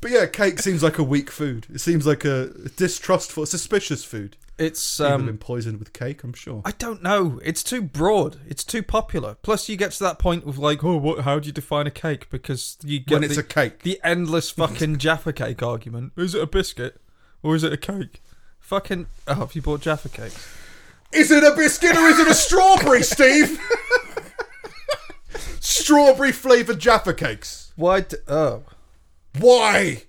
But yeah, cake seems like a weak food. It seems like a distrustful, suspicious food.
It's
People have
um,
been poisoned with cake, I'm sure.
I don't know. It's too broad. It's too popular. Plus, you get to that point of like, oh, what, how do you define a cake? Because you get
When it's
the,
a cake.
the endless fucking Jaffa cake argument. Is it a biscuit or is it a cake? Fucking oh, have you bought Jaffa cakes?
Is it a biscuit or is it a strawberry, Steve? strawberry flavored Jaffa cakes.
Why? D- oh
Why?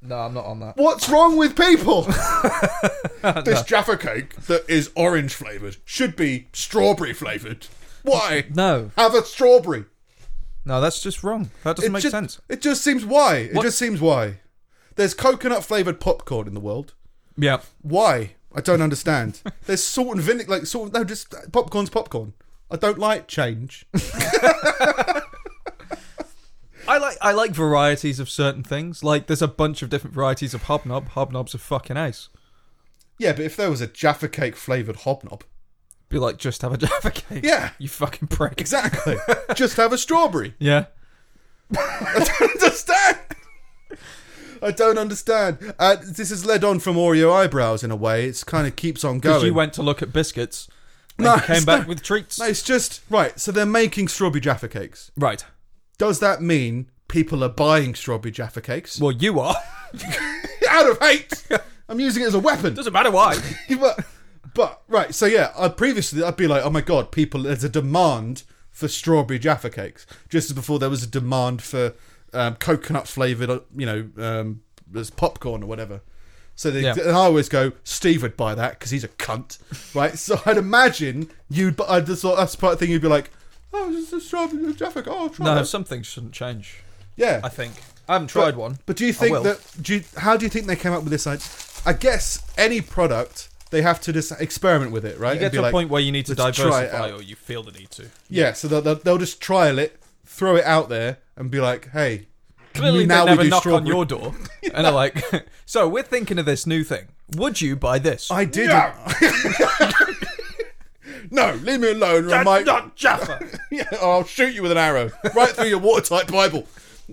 no, I'm not on that.
What's wrong with people? this Jaffa cake that is orange flavored should be strawberry flavored. Why?
No,
Have a strawberry.
no, that's just wrong. That doesn't
it
make
just,
sense.
It just seems why. It
What-
just seems why. There's coconut flavored popcorn in the world.
Yeah,
Why? I don't understand. There's salt and vinegar, like salt. No, just uh, popcorn's popcorn. I don't like change.
I like I like varieties of certain things. Like, there's a bunch of different varieties of hobnob. Hobnob's a fucking ace.
yeah, but if there was a Jaffa cake flavored hobnob,
Be like, just have a Jaffa cake.
Yeah.
you fucking prick.
exactly. just have a strawberry.
Yeah.
I don't understand. I don't understand. Uh, this has led on from Oreo eyebrows in a way. It's kind of keeps on
Because
going.
you went to look at biscuits and
No,
you came
it's
back
not-
with treats.
No, it's just right. So they're making strawberry Jaffa cakes.
Right.
Does that mean people are buying strawberry Jaffa cakes
Well, you are.
out of hate? I'm using it as a weapon.
Doesn't matter why.
but, but right, so yeah, I previously I'd be like, oh my god, people, there's a demand for strawberry jaffa cakes, just as before there was a demand for um, coconut flavored, you know, um, there's popcorn or whatever. So they,
Yeah.
and I always go, Steve would buy that because he's a cunt, right? So I'd imagine you'd, bu- I'd just thought that's the part of the thing you'd be like, Oh, it's just strawberry and Jaffa. Oh, try
No,
that.
some things shouldn't change.
Yeah.
I think. I haven't tried
But-
one.
But do you
I will.
think that? Do you, how do you think they came up with this? idea? I guess any product they have to just experiment with it, right?
you
And
get
be
to a
like,
point where you need to
"Let's try it
diversify,
out."
or you feel the need to.
Yeah, so they'll, they'll, they'll just trial it, throw it out there, and be like, "Hey,
Clearly,
now
they
we
never
do
knock on
strawberry.
your door, and they're like, "So we're thinking of this new thing. Would you buy this?"
I did. No, no, leave me alone. That's might... not
Jaffa.
yeah, or I'll shoot you with an arrow right through your watertight Bible.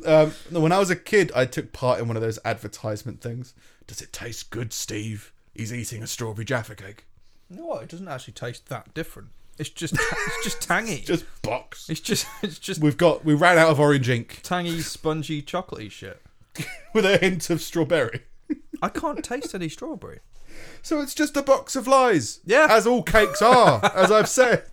Um, no, when I was a kid, I took part in one of those advertisement things. Does it taste good, Steve? He's eating a strawberry jaffa cake.
No, it doesn't actually taste that different. It's just it's just tangy. it's
just box.
It's just it's just
We've got we ran out of orange ink
tangy, spongy, chocolatey shit.
with a hint of strawberry.
I can't taste any strawberry.
So it's just a box of lies.
Yeah.
As all cakes are, as I've said.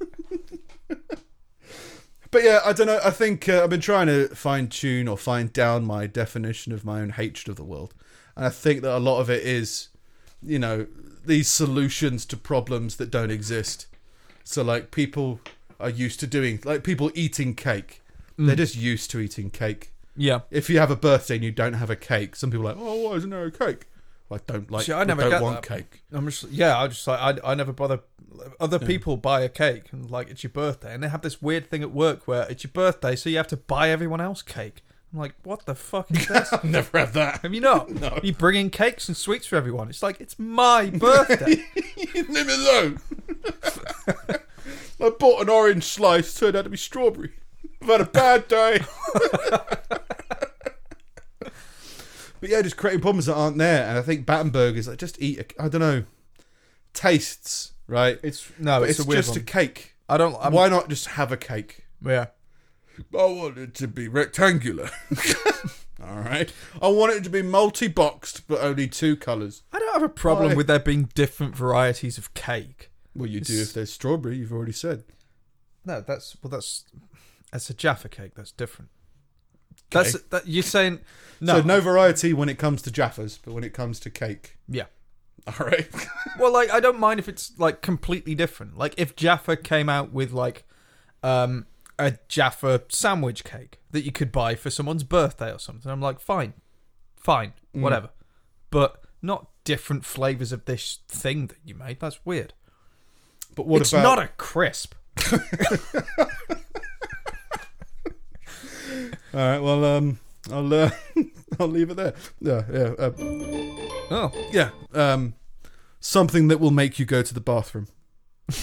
but yeah, I don't know. I think uh, I've been trying to fine tune or find down my definition of my own hatred of the world. And I think that a lot of it is, you know, these solutions to problems that don't exist. So, like, people are used to doing, like, people eating cake. They're
Mm.
just used to eating cake.
Yeah.
If you have a birthday and you don't have a cake, some people are like, oh, why isn't there a cake? Well, I don't like,
See, I never
don't
get
want
that.
cake.
I'm just yeah. I just like I, I never bother. Other
Yeah.
people buy a cake and like it's your birthday, and they have this weird thing at work where it's your birthday, so you have to buy everyone else cake. I'm like, what the fuck is this? I've
never had that.
Have you not? no. You bring in cakes and sweets for everyone. It's like it's my birthday.
Leave me alone. I bought an orange slice, turned out to be strawberry. I've had a bad day. but yeah, just creating problems that aren't there. And I think Battenberg is like, just eat, a, I don't know, tastes, right?
It's no,
But
it's a weird
just
one.
a cake.
I don't- I'm-
Why not just have a cake?
Yeah.
I want it to be rectangular. All right. I want it to be multi boxed, but only two colours.
I don't have a problem
Why?
with there being different varieties of cake.
Well, you do
It's-
if there's strawberry, you've already said.
No, that's well, that's that's a Jaffa cake. That's different. That's that you're saying no,
So no variety when it comes to Jaffas, but when it comes to cake.
Yeah.
All right.
well, like I don't mind if it's like completely different. Like if Jaffa came out with like um a Jaffa sandwich cake that you could buy for someone's birthday or something, I'm like fine, fine,
Mm.
whatever. But not different flavors of this thing that you made. That's weird.
But what
it's
about-
not a crisp?
All right. Well, um, I'll uh, I'll leave it there. Yeah, yeah. Uh,
oh,
yeah. Um, something that will make you go to the bathroom.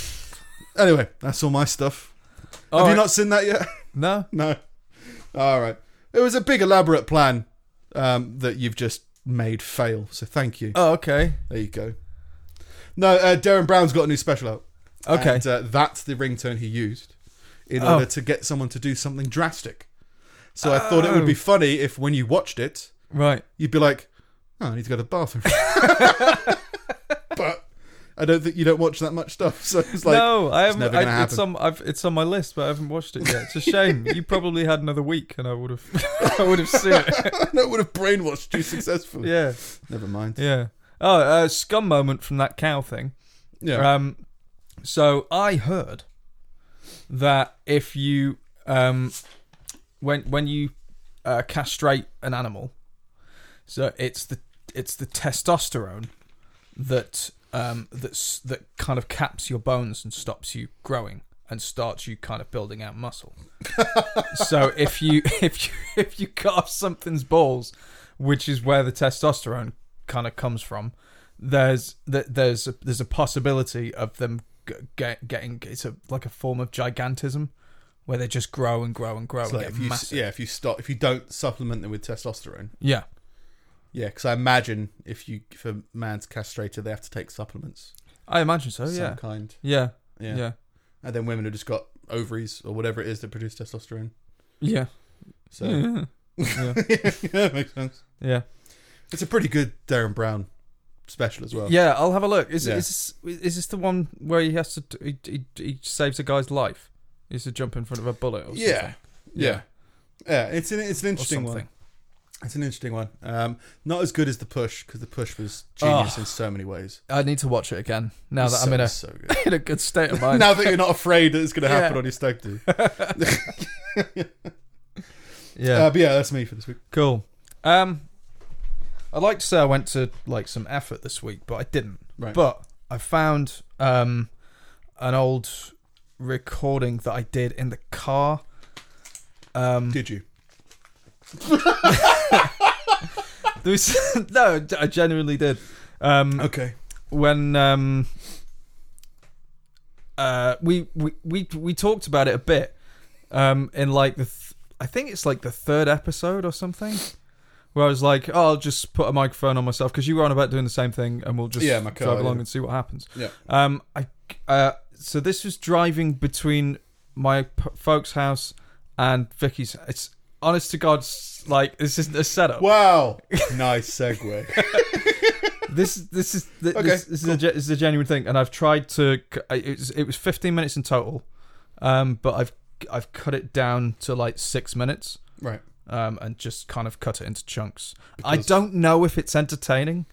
anyway, that's all my stuff.
All
Have you
right.
not seen that yet?
No.
no. All right. It was a big elaborate plan um, that you've just made fail. So thank you.
Oh, okay.
There you go. No, uh, Darren Brown's got a new special out.
Okay.
And, uh, that's the ringtone he used in
Oh.
order to get someone to do something drastic. So I thought it would be
Oh.
funny if when you watched it,
right,
you'd be like, oh, I need to go to the bathroom. but I don't think you don't watch that much stuff. So it's like,
no, I
it's
haven't.
never
I-
going to happen.
it's on. I've, it's on my list, but I haven't watched it yet. It's a shame. you probably had another week, and I would have. I would have seen it.
that would have brainwashed you successfully.
Yeah.
Never mind.
Yeah. Oh, uh, scum moment from that cow thing.
Yeah.
Um, so I heard that if you um, when when you uh, castrate an animal, so it's the it's the testosterone that um, that's that kind of caps your bones and stops you growing and starts you kind of building out muscle. so if you if you if you cut off something's balls, which is where the testosterone kind of comes from, there's th- there's a, there's a possibility of them g- get, getting it's a like a form of gigantism where they just grow and grow and grow
It's
and
like
get
if you,
massive.
yeah, if you start, if you don't supplement them with testosterone.
Yeah.
Yeah, because I imagine if you if a man's castrated, they have to take supplements.
I imagine so.
Some
Oh, yeah.
kind.
Yeah.
Yeah.
Yeah.
And then women have just got ovaries or whatever it is that produce testosterone.
Yeah.
So
Yeah. Yeah.
Yeah, makes sense.
Yeah.
It's a pretty good Darren Brown special as well.
Yeah, I'll have a look. Is
Yeah.
is this, is this the one where he has to he, he, he saves a guy's life? He has to jump in front of a bullet or something.
Yeah. Yeah. Yeah, it's an it's an
Or
interesting one.
something.
It's an interesting one. Um, not as good as the push because the push was genius
Oh.
in so many ways.
I need to watch it again now
It's
that
so-
I'm in a,
it's so good.
in a good state of mind.
now that you're not afraid that it's going to happen
Yeah.
on your stag do.
Yeah.
Uh, but yeah, that's me for this week.
Cool. Um, I'd like to say I went to like some effort this week, but I didn't.
Right.
But I found um, an old recording that I did in the car. Um,
did you?
there was, no, d- I genuinely did. Um,
okay.
When um, uh, we, we we we talked about it a bit um, in like the th- I think it's like the third episode or something. Where I was like, oh, I'll just put a microphone on myself because you were on about doing the same thing, and we'll just
Yeah, my car,
drive along
yeah.
and see what happens.
Yeah.
Um, I uh, so this was driving between my p- folks' house and Vicky's. It's honest to God, s- like this isn't a setup.
Wow, nice segue.
this this is th-
Okay,
this, this is a, ge- this is a genuine thing, and I've tried to. c- I- It was, it was 15 minutes in total, um, but I've I've cut it down to like six minutes,
Right.
Um, and just kind of cut it into chunks. I don't know if it's entertaining.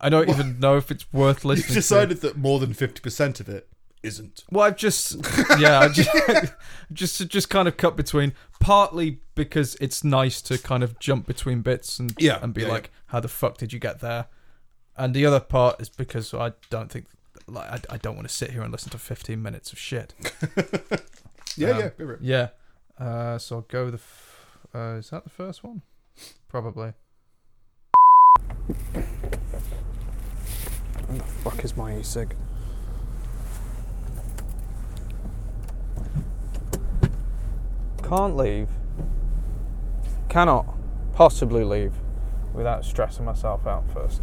I don't even know if it's worth listening.
You've decided that more than fifty percent of it isn't.
To. Well, I've just yeah, I just, just just kind of cut between. Partly because it's nice to kind of jump between bits and
Yeah,
and be
yeah,
like, how the fuck did you get there? And the other part is because I don't think like I, I don't want to sit here and listen to 15 minutes of shit.
Yeah, yeah, go for it.
yeah. Uh, so I'll go with the. F- uh, is that the first one? Probably.
fuck is my e-cig? Can't leave. Cannot possibly leave without stressing myself out first.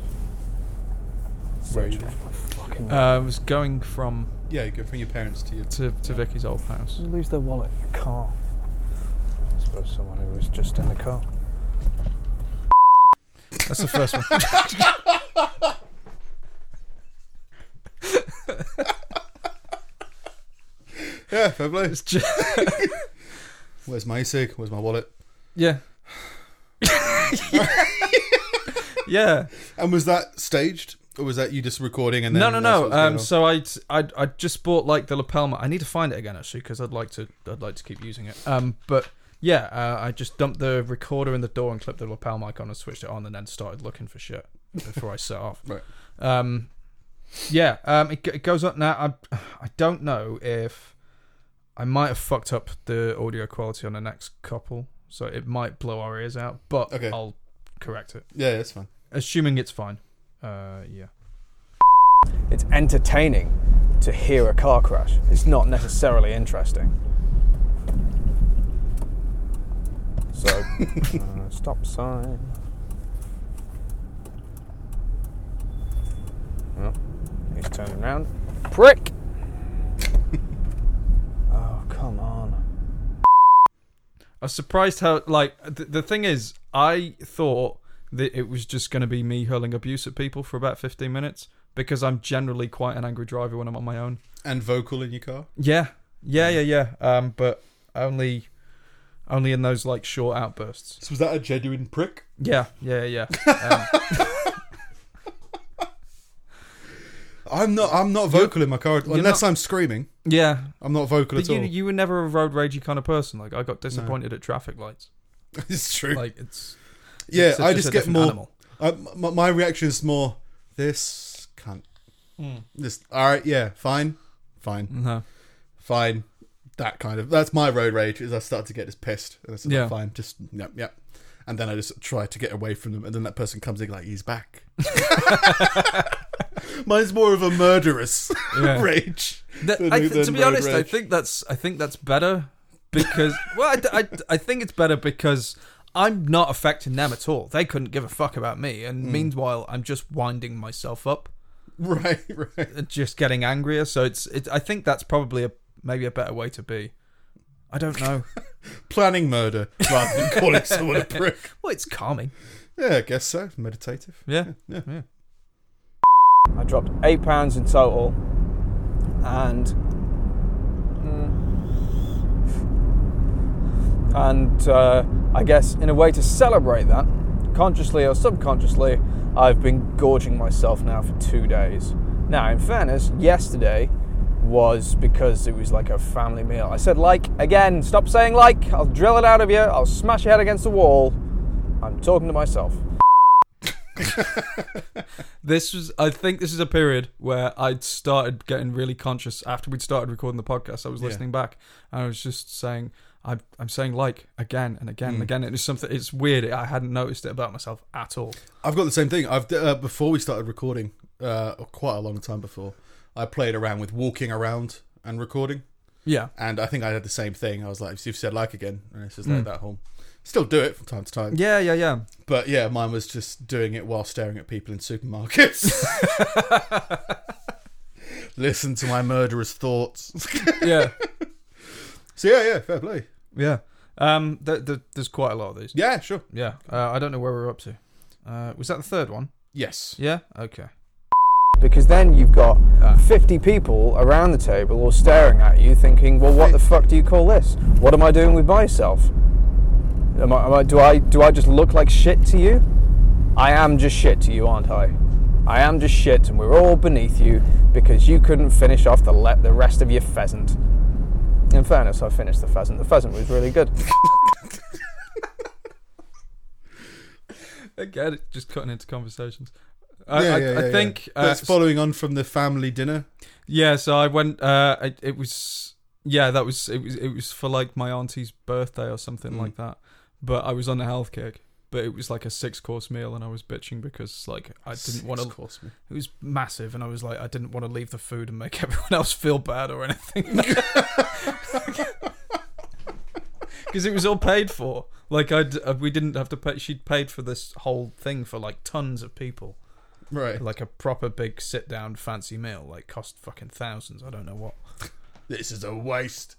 Where are you?
Fucking
Uh, I was going from
Yeah, you go from your parents to your
to, to Vicky's old house.
lose their wallet in your car. I suppose someone who was just in the car.
That's the first one.
Yeah, fair play.
just...
Where's my sig? Where's my wallet?
Yeah. yeah.
And was that staged, or was that you just recording and then?
No, no,
that's
no.
what's going
Um,
on?
so I, I, I just bought like the lapel mic. I need to find it again actually because I'd like to, I'd like to keep using it. Um, but yeah, uh, I just dumped the recorder in the door and clipped the lapel mic on and switched it on and then started looking for shit before I set off.
Right.
Um, yeah. Um, it, g- it goes up now. I, I don't know if I might have fucked up the audio quality on the next couple, so it might blow our ears out. But I'll correct it.
Yeah, that's fine.
Assuming it's fine. Uh, yeah.
It's entertaining to hear a car crash. It's not necessarily interesting. So, uh, stop sign. Oh, he's turning round. Prick! oh, come on.
I was surprised how like th- the thing is, I thought that it was just going to be me hurling abuse at people for about 15 minutes because I'm generally quite an angry driver when I'm on my own.
and vocal in your car.
Yeah. Yeah, yeah, yeah. Um but only only in those like short outbursts.
So was that a genuine prick?
Yeah, yeah, yeah. yeah. Um,
I'm not. I'm not vocal in my car
you're
unless
not-
I'm screaming.
yeah.
I'm not vocal
But
at
you,
all.
you were never a road ragey kind of person. Like I got disappointed at traffic lights.
it's true.
Like it's
Yeah,
it's a-
I
just
just
a
get
different
more.
animal.
I, my, my reaction is more this cunt.
Mm.
This all right? Yeah, fine, fine,
Mhm.
fine. That kind of that's my road rage. Is I start to get just pissed. And it's like,
Yeah.
fine, just yep, yep. And then I just try to get away from them, and then that person comes in like he's back. Mine's more of a murderous
Yeah.
rage.
That-
than-
I th-
than
to be
road
honest, I
rage.
think that's I think that's better because well, I d- I, d- I think it's better because I'm not affecting them at all. They couldn't give a fuck about me, and
Mm.
meanwhile, I'm just winding myself up,
right, right,
and just getting angrier. So it's it, I think that's probably a maybe a better way to be. I don't know.
planning murder rather than calling someone a prick.
Well, it's calming.
Yeah, I guess so. Meditative.
Yeah,
yeah,
yeah.
I dropped eight pounds in total, and mm, and uh, I guess in a way to celebrate that, consciously or subconsciously, I've been gorging myself now for two days. Now, in fairness, yesterday was because it was like a family meal. I said, like, again, stop saying like, I'll drill it out of you, I'll smash your head against the wall. I'm talking to myself.
This was, I think, this is a period where I'd started getting really conscious after we'd started recording the podcast. I was
Yeah.
listening back, and I was just saying, I'm, I'm saying like again and again and
Mm.
again. And it's something. It's weird. I hadn't noticed it about myself at all.
I've got the same thing. I've uh, before we started recording, uh, quite a long time before, I played around with walking around and recording.
Yeah.
and I think I had the same thing. I was like, "You've said like again," and it's just
Mm.
like that whole. Still do it from time to time.
Yeah, yeah, yeah.
But yeah, mine was just doing it while staring at people in supermarkets. Listen to my murderous thoughts.
yeah.
So yeah, yeah, fair play.
Yeah. Um. Th- th- there's quite a lot of these.
Yeah. Sure.
Yeah. Uh, I don't know where we're up to. Uh, was that the third one?
Yes.
Yeah. Okay. Ah.
Because then you've got 50 people around the table all staring at you thinking, well, what the fuck do you call this? What am I doing with myself? Am I, am I, do, I, do I just look like shit to you? I am just shit to you, aren't I? I am just shit, and we're all beneath you because you couldn't finish off the, le- the rest of your pheasant. In fairness, I finished the pheasant. The pheasant was really good.
Again, it's just cutting into conversations. I,
Yeah,
I,
yeah,
I
yeah,
think
yeah.
uh,
that's following on from the family dinner.
Yeah, so I went. Uh, it, it was yeah, that was it was it was for like my auntie's birthday or something
Mm.
like that. But I was on a health kick. But it was like a six course meal, and I was bitching because like I didn't want
Six-course
to. It was massive, and I was like, I didn't want to leave the food and make everyone else feel bad or anything. Because it was all paid for. Like I, uh, we didn't have to pay. She'd paid for this whole thing for like tons of people.
Right.
Like a proper big sit down fancy meal, like cost fucking thousands. I don't know what.
This is a waste.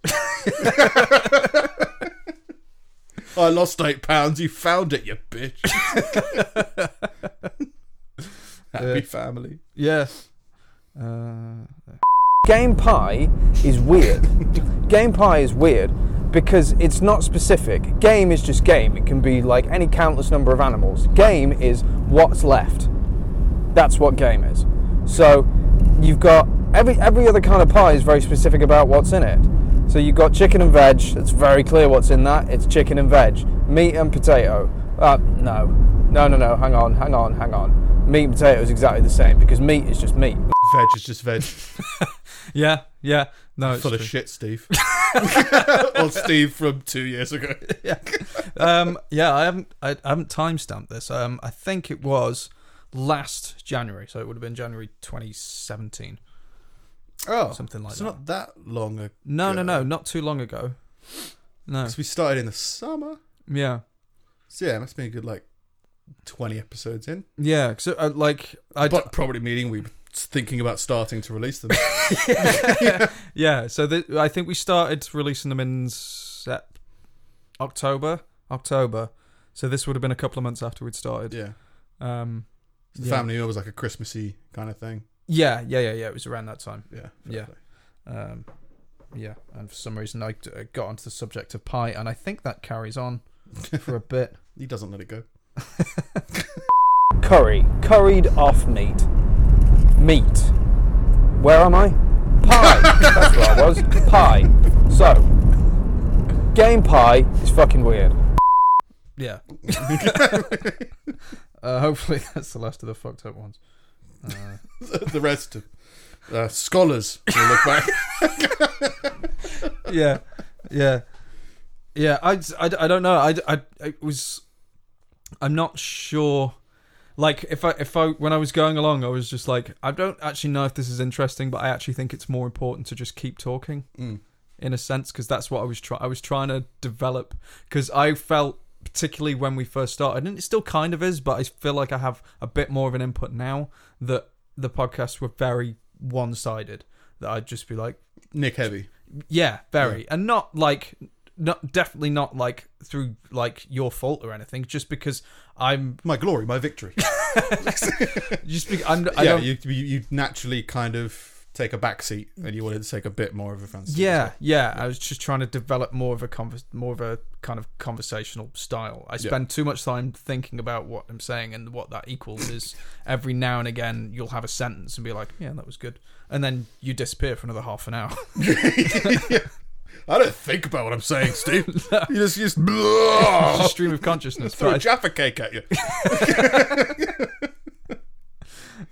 I lost eight pounds. You found it, you bitch. Happy
Yeah.
family.
Yeah. Uh,
Game pie is weird. game pie is weird because it's not specific. Game is just game. It can be like any countless number of animals. Game is what's left. That's what game is. So you've got every every other kind of pie is very specific about what's in it. So you've got chicken and veg. It's very clear what's in that. It's chicken and veg. Meat and potato. Uh, no, no, no, no. Hang on, hang on, hang on. Meat and potato is exactly the same because meat is just meat.
Veg is just veg.
yeah, yeah. No,
Full of shit, Steve. or Steve from two years ago.
yeah. Um, yeah, I haven't I, I haven't timestamped this. Um, I think it was last January, so it would have been January 2017.
Oh,
something like
it's
that.
not that long ago.
No, no, no, not too long ago. No.
Because we started in the summer.
Yeah.
So yeah, it must be a good like twenty episodes in.
Yeah, so uh, like I
but probably meaning we were thinking about starting to release them.
yeah, so the, I think we started releasing them in Sep- October, October. So this would have been a couple of months after we'd started.
Yeah.
Um
The
yeah.
family meal was like a Christmassy kind of thing.
Yeah, yeah, yeah, yeah. It was around that time.
Yeah,
yeah, um, yeah. And for some reason, I d- I got onto the subject of pie, and I think that carries on for a bit.
he doesn't let it go.
Curry. Curried off meat. Meat. Where am I? Pie. That's what I was. Pie. So, game pie is fucking weird.
Yeah. uh, hopefully, that's the last of the fucked up ones. Uh,
the rest of uh, scholars will look back.
yeah, yeah, yeah. I, I, I don't know. I, I, it was. I'm not sure. Like if I if I when I was going along, I was just like, I don't actually know if this is interesting, but I actually think it's more important to just keep talking,
Mm.
in a sense, because that's what I was trying. I was trying to develop because I felt particularly when we first started, and it still kind of is, but I feel like I have a bit more of an input now that the podcasts were very one sided. That I'd just be like,
Nick Heavy.
yeah, very, and not like, not definitely not like through like your fault or anything. Just because I'm
my glory, my victory.
just because I'm, I
yeah,
don't,
you, you you naturally kind of take a back seat and you wanted to take a bit more of a fancy.
Yeah, yeah, I was just trying to develop more of a convers- more of a kind of conversational style. I
Yeah.
spend too much time thinking about what I'm saying and what that equals is every now and again you'll have a sentence and be like, yeah, that was good, and then you disappear for another half an hour.
I don't think about what I'm saying, Steve. You just, you just,
Just stream of consciousness,
Throw
but
a
I-
Jaffa cake at you.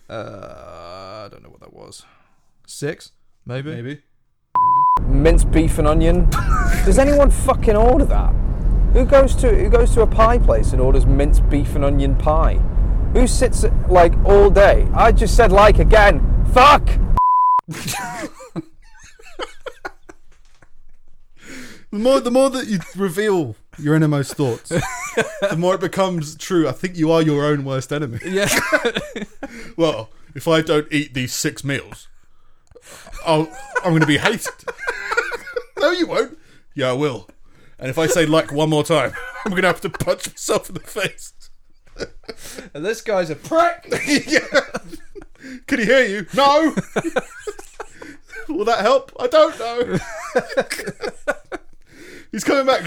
uh, I don't know what that was. Six, maybe,
maybe.
Minced beef and onion. Does anyone fucking order that? Who goes to who goes to a pie place and orders minced beef and onion pie? Who sits like all day? I just said like again. Fuck.
The more, the more that you reveal your innermost thoughts, the more it becomes true. I think you are your own worst enemy.
Yeah.
well, if I don't eat these six meals, I'll, I'm going to be hated. no, you won't. Yeah, I will. And if I say like one more time, I'm going to have to punch myself in the face.
And this guy's a prick.
Can he hear you? No. Will that help? I don't know. He's coming back.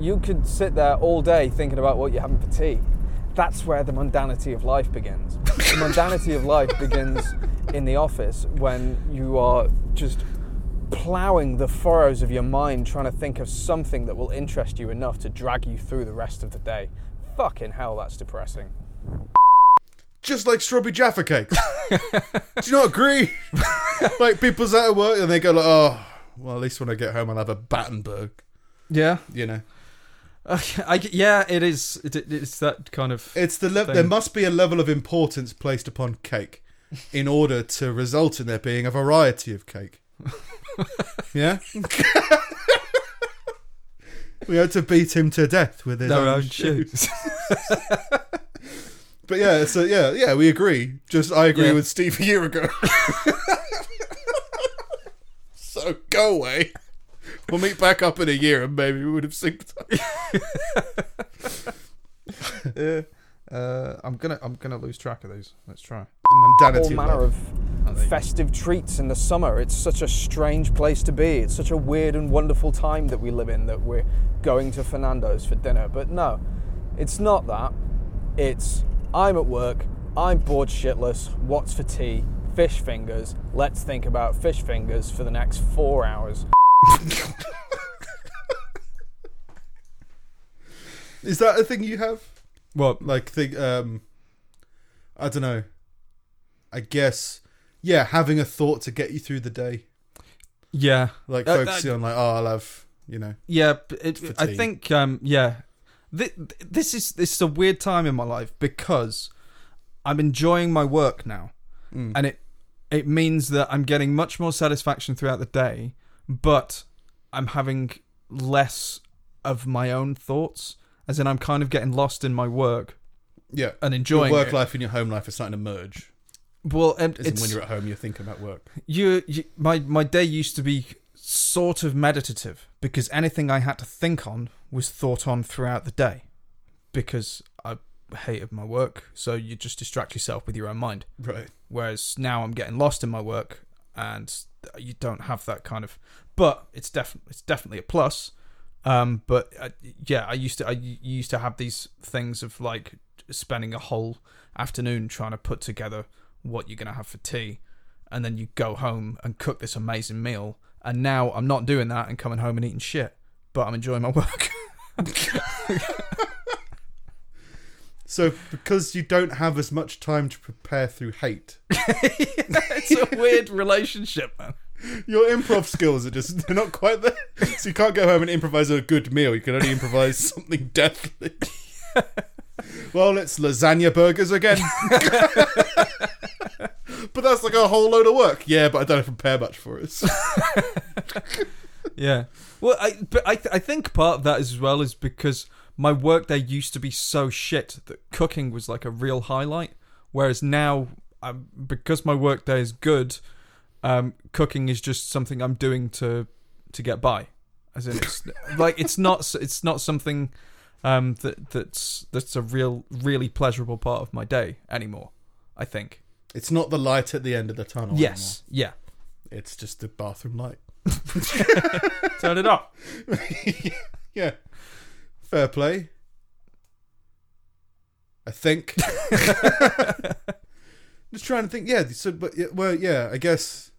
You could sit there all day thinking about what you're having for tea. That's where the mundanity of life begins. The mundanity of life begins in the office when you are just plowing the furrows of your mind trying to think of something that will interest you enough to drag you through the rest of the day. Fucking hell, that's depressing.
Just like strawberry jaffa cakes. Do you not agree? like people's out of work and they go like, oh, well, at least when I get home I'll have a Battenberg.
Yeah.
You know.
I, yeah, it is. It, it's that kind of.
It's the
thing.
level. There must be a level of importance placed upon cake, in order to result in there being a variety of cake. yeah. we had to beat him to death with his
Their
own,
own
shoes. but yeah, so yeah, yeah, we agree. Just I agree
Yeah.
with Steve a year ago. so go away. We'll meet back up in a year and maybe we would have synced up.
Uh, uh, I'm gonna I'm gonna lose track of these. Let's try.
all manner of
Oh,
festive treats in the summer. It's such a strange place to be. It's such a weird and wonderful time that we live in that we're going to Fernando's for dinner. But no, it's not that. It's I'm at work, I'm bored shitless, what's for tea? Fish fingers. Let's think about fish fingers for the next four hours.
Is that a thing you have?
What?
Like think um I don't know. I guess yeah, having a thought to get you through the day.
Yeah.
Like
Uh,
focusing
uh,
on like, oh I'll have you know
Yeah, but it, I
fatigue.
think um, yeah, Th- th- this is this is a weird time in my life because I'm enjoying my work now,
Mm.
and it it means that I'm getting much more satisfaction throughout the day, but I'm having less of my own thoughts, as in I'm kind of getting lost in my work.
Yeah.
and enjoying
your work
it.
life and your home life are starting to merge.
Well, and
As in when
it's-
you're at home you're thinking about work.
you, you my my day used to be sort of meditative because anything I had to think on was thought on throughout the day because I hated my work so you just distract yourself with your own mind
right
whereas now I'm getting lost in my work and you don't have that kind of but it's definitely it's definitely a plus um but I, yeah I used to I used to have these things of like spending a whole afternoon trying to put together what you're going to have for tea and then you go home and cook this amazing meal. And now I'm not doing that and coming home and eating shit, but I'm enjoying my work.
So because you don't have as much time to prepare through hate,
it's a weird relationship, man.
your improv skills are just they're not quite there. So you can't go home and improvise a good meal. You can only improvise something deathly. well, it's lasagna burgers again. but that's like a whole load of work. Yeah, but I don't prepare much for it.
yeah. Well, I but I I think part of that is as well is because my work there used to be so shit that cooking was like a real highlight, whereas now I'm, because my work day is good, um, cooking is just something I'm doing to to get by. As in, it's like it's not s- it's not something um, that that's that's a real really pleasurable part of my day anymore. I think
it's not the light at the end of the tunnel.
Yes, yeah.
It's just the bathroom light.
Turn it off.
yeah. Fair play. I think. just trying to think. Yeah. So, but yeah, well, yeah. I guess.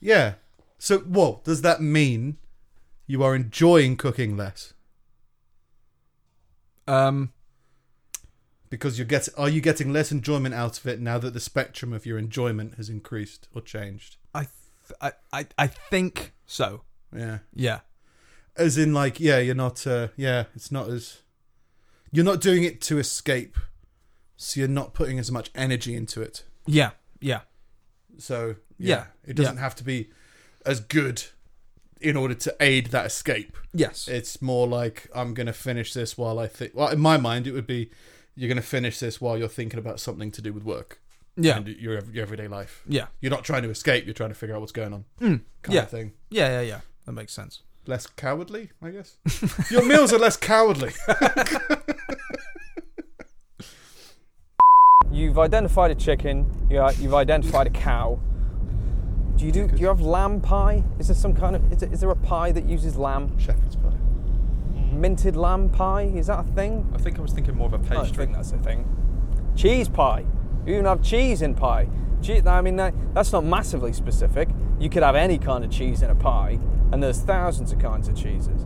Yeah. So, whoa. Does that mean you are enjoying cooking less?
Um.
Because you're get are you getting less enjoyment out of it now that the spectrum of your enjoyment has increased or changed?
I, th- I, I, I think so.
Yeah.
Yeah.
As in, like, yeah, you're not. Uh, yeah, it's not as. You're not doing it to escape, so you're not putting as much energy into it.
Yeah. Yeah.
So
Yeah,
it doesn't
yeah.
have to be as good in order to aid that escape.
Yes.
it's more like I'm gonna finish this while I think. Well, in my mind, it would be you're gonna finish this while you're thinking about something to do with work.
Yeah.
and your ev- your everyday life.
Yeah.
you're not trying to escape. You're trying to figure out what's going on.
Mm,
kind
yeah.
of thing.
Yeah. Yeah. Yeah. That makes sense.
Less cowardly, I guess. Your meals are less cowardly.
You've identified a chicken. You are, you've identified a cow. Do you do? Do you have lamb pie? Is there some kind of? Is, there- is there a pie that uses lamb?
Shepherd's pie.
Minted lamb pie. Is that a thing?
I think I was thinking more
Oh,
of a
I don't think that's a thing. Cheese pie. You even have cheese in pie. Che- I mean, that, that's not massively specific. You could have any kind of cheese in a pie, and there's thousands of kinds of cheeses.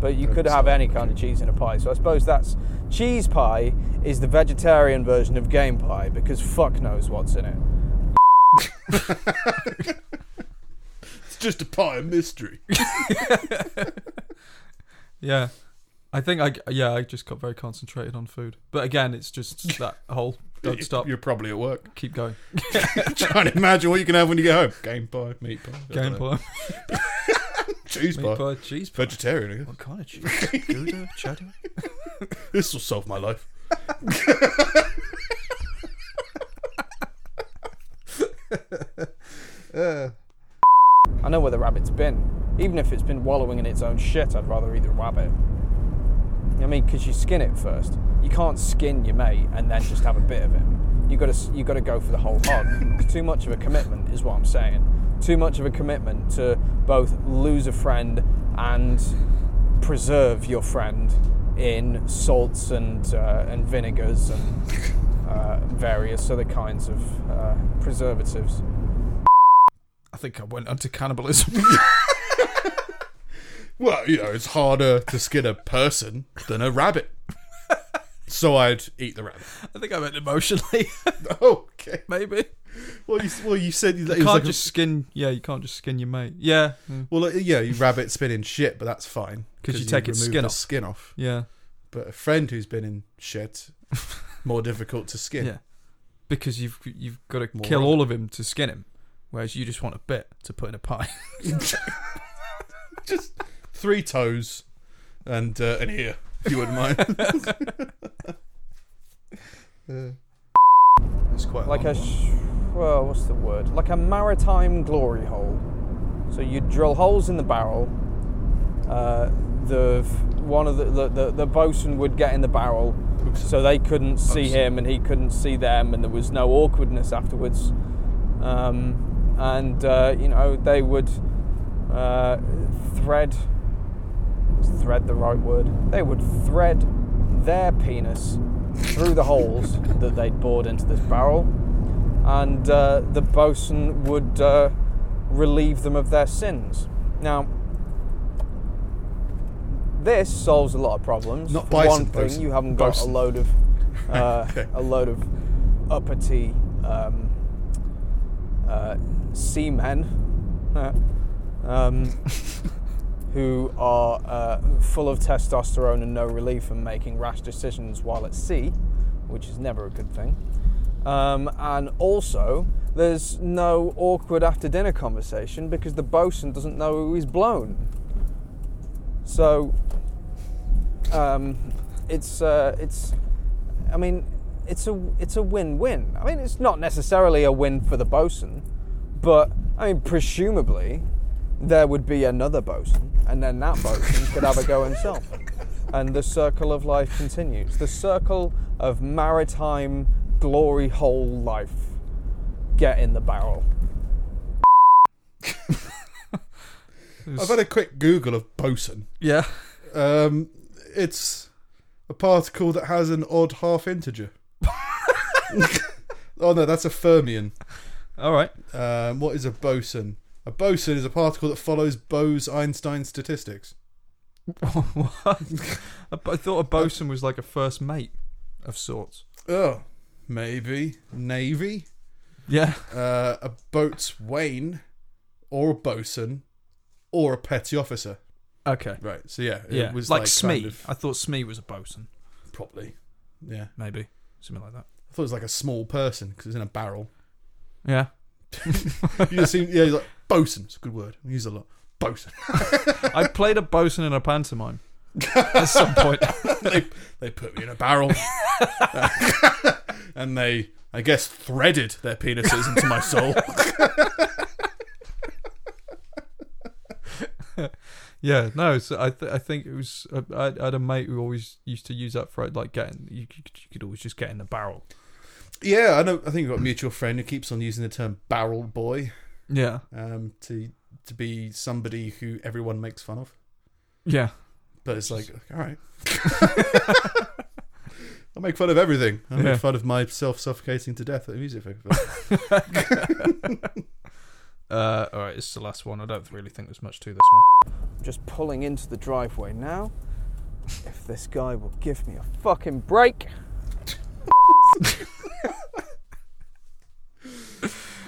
But you could have any kind of cheese in a pie. So I suppose that's cheese pie is the vegetarian version of game pie because fuck knows what's in it.
it's just a pie of mystery.
Yeah. I think I yeah I just got very concentrated on food, but again it's just that whole don't stop.
You're probably at work.
Keep going.
trying to imagine what you can have when you get home. Game pie, meat pie, I
Game
don't know.
pie.
cheese
Meat pie,
pie,
cheese pie.
vegetarian. I guess.
What kind of cheese? Gouda, cheddar.
This will solve my life.
I know where the rabbit's been. Even if it's been wallowing in its own shit, I'd rather eat the rabbit. I mean, because you skin it first. You can't skin your mate and then just have a bit of it. You got to you got to go for the whole hog. Too much of a commitment is what I'm saying. Too much of a commitment to both lose a friend and preserve your friend in salts and uh, and vinegars and uh, various other kinds of uh, preservatives.
I think I went onto cannibalism.
Well, you know, it's harder to skin a person than a rabbit. So I'd eat the rabbit.
I think I meant emotionally. Oh,
okay,
maybe.
Well, you, well, you said that
You
it was
can't
like a- Hmm.
just skin. Yeah, you can't just skin your mate. Yeah,
Well, like, yeah, you rabbit's been in shit, but that's fine
'Cause you take its
remove
skin
the
off.
skin off.
Yeah.
but a friend who's been in shit, more difficult to skin.
yeah, because you've you've got to
More
kill
of
all of him to skin him, whereas you just want a bit to put in a pie.
just three toes and uh, an ear, if you wouldn't mind. Uh, it's quite
like a sh- well, what's the word? Like a maritime glory hole. So you drill holes in the barrel. Uh, the f- one of the the, the the bosun would get in the barrel, so they couldn't see him and he couldn't see them, and there was no awkwardness afterwards. Um, and uh, you know they would uh, thread is thread the right word? They would thread their penis through the holes that they'd bored into this barrel, and uh, the bosun would uh, relieve them of their sins. Now, this solves a lot of problems.
Not
For one
bison,
thing,
bosun.
you haven't got
Bosun.
a load of uh, a load of uppity um, uh, seamen. uh, um, who are uh, full of testosterone and no relief and making rash decisions while at sea, which is never a good thing. Um, and also, there's no awkward after dinner conversation because the bosun doesn't know who he's blown. So, um, it's uh, it's, I mean, it's a it's a win-win. I mean, it's not necessarily a win for the bosun, but I mean, presumably, there would be another bosun. and then that bosun could have a go himself. And the circle of life continues. The circle of maritime glory hole life. Get in the barrel.
I've had a quick Google of boson.
Yeah.
Um, it's a particle that has an odd half integer. oh no, that's a fermion.
All right.
Um, what is a boson? A boson is a particle that follows Bose-Einstein statistics.
I I thought a bosun was like a first mate of sorts.
Oh, maybe navy.
Yeah.
Uh, a boatswain, or a bosun, or a petty officer.
Okay.
Right. So yeah,
yeah.
it was
Uh, like,
like
Smee.
kind of-
I thought Smee was a bosun.
Probably. Yeah.
Maybe something like that.
I thought it was like a small person because it's in a barrel.
Yeah.
you just seem yeah, you're like bosun. It's a good word. We use it a lot. Bosun.
I played a bosun in a pantomime at some point.
they they put me in a barrel, and they I guess threaded their penises into my soul.
yeah, no. So I, th- I think it was I, I had a mate who always used to use that for like getting you, could- you could always just get in the barrel.
yeah, I know. I think we've got a mutual friend who keeps on using the term barrel boy.
Yeah.
Um, to to be somebody who everyone makes fun of.
Yeah.
But it's like, all right. I make fun of everything. I
Yeah.
make fun of myself suffocating to death at a music festival.
Uh, all right, it's the last one. I don't really think there's much to this one.
Just pulling into the driveway now. If this guy will give me a fucking break.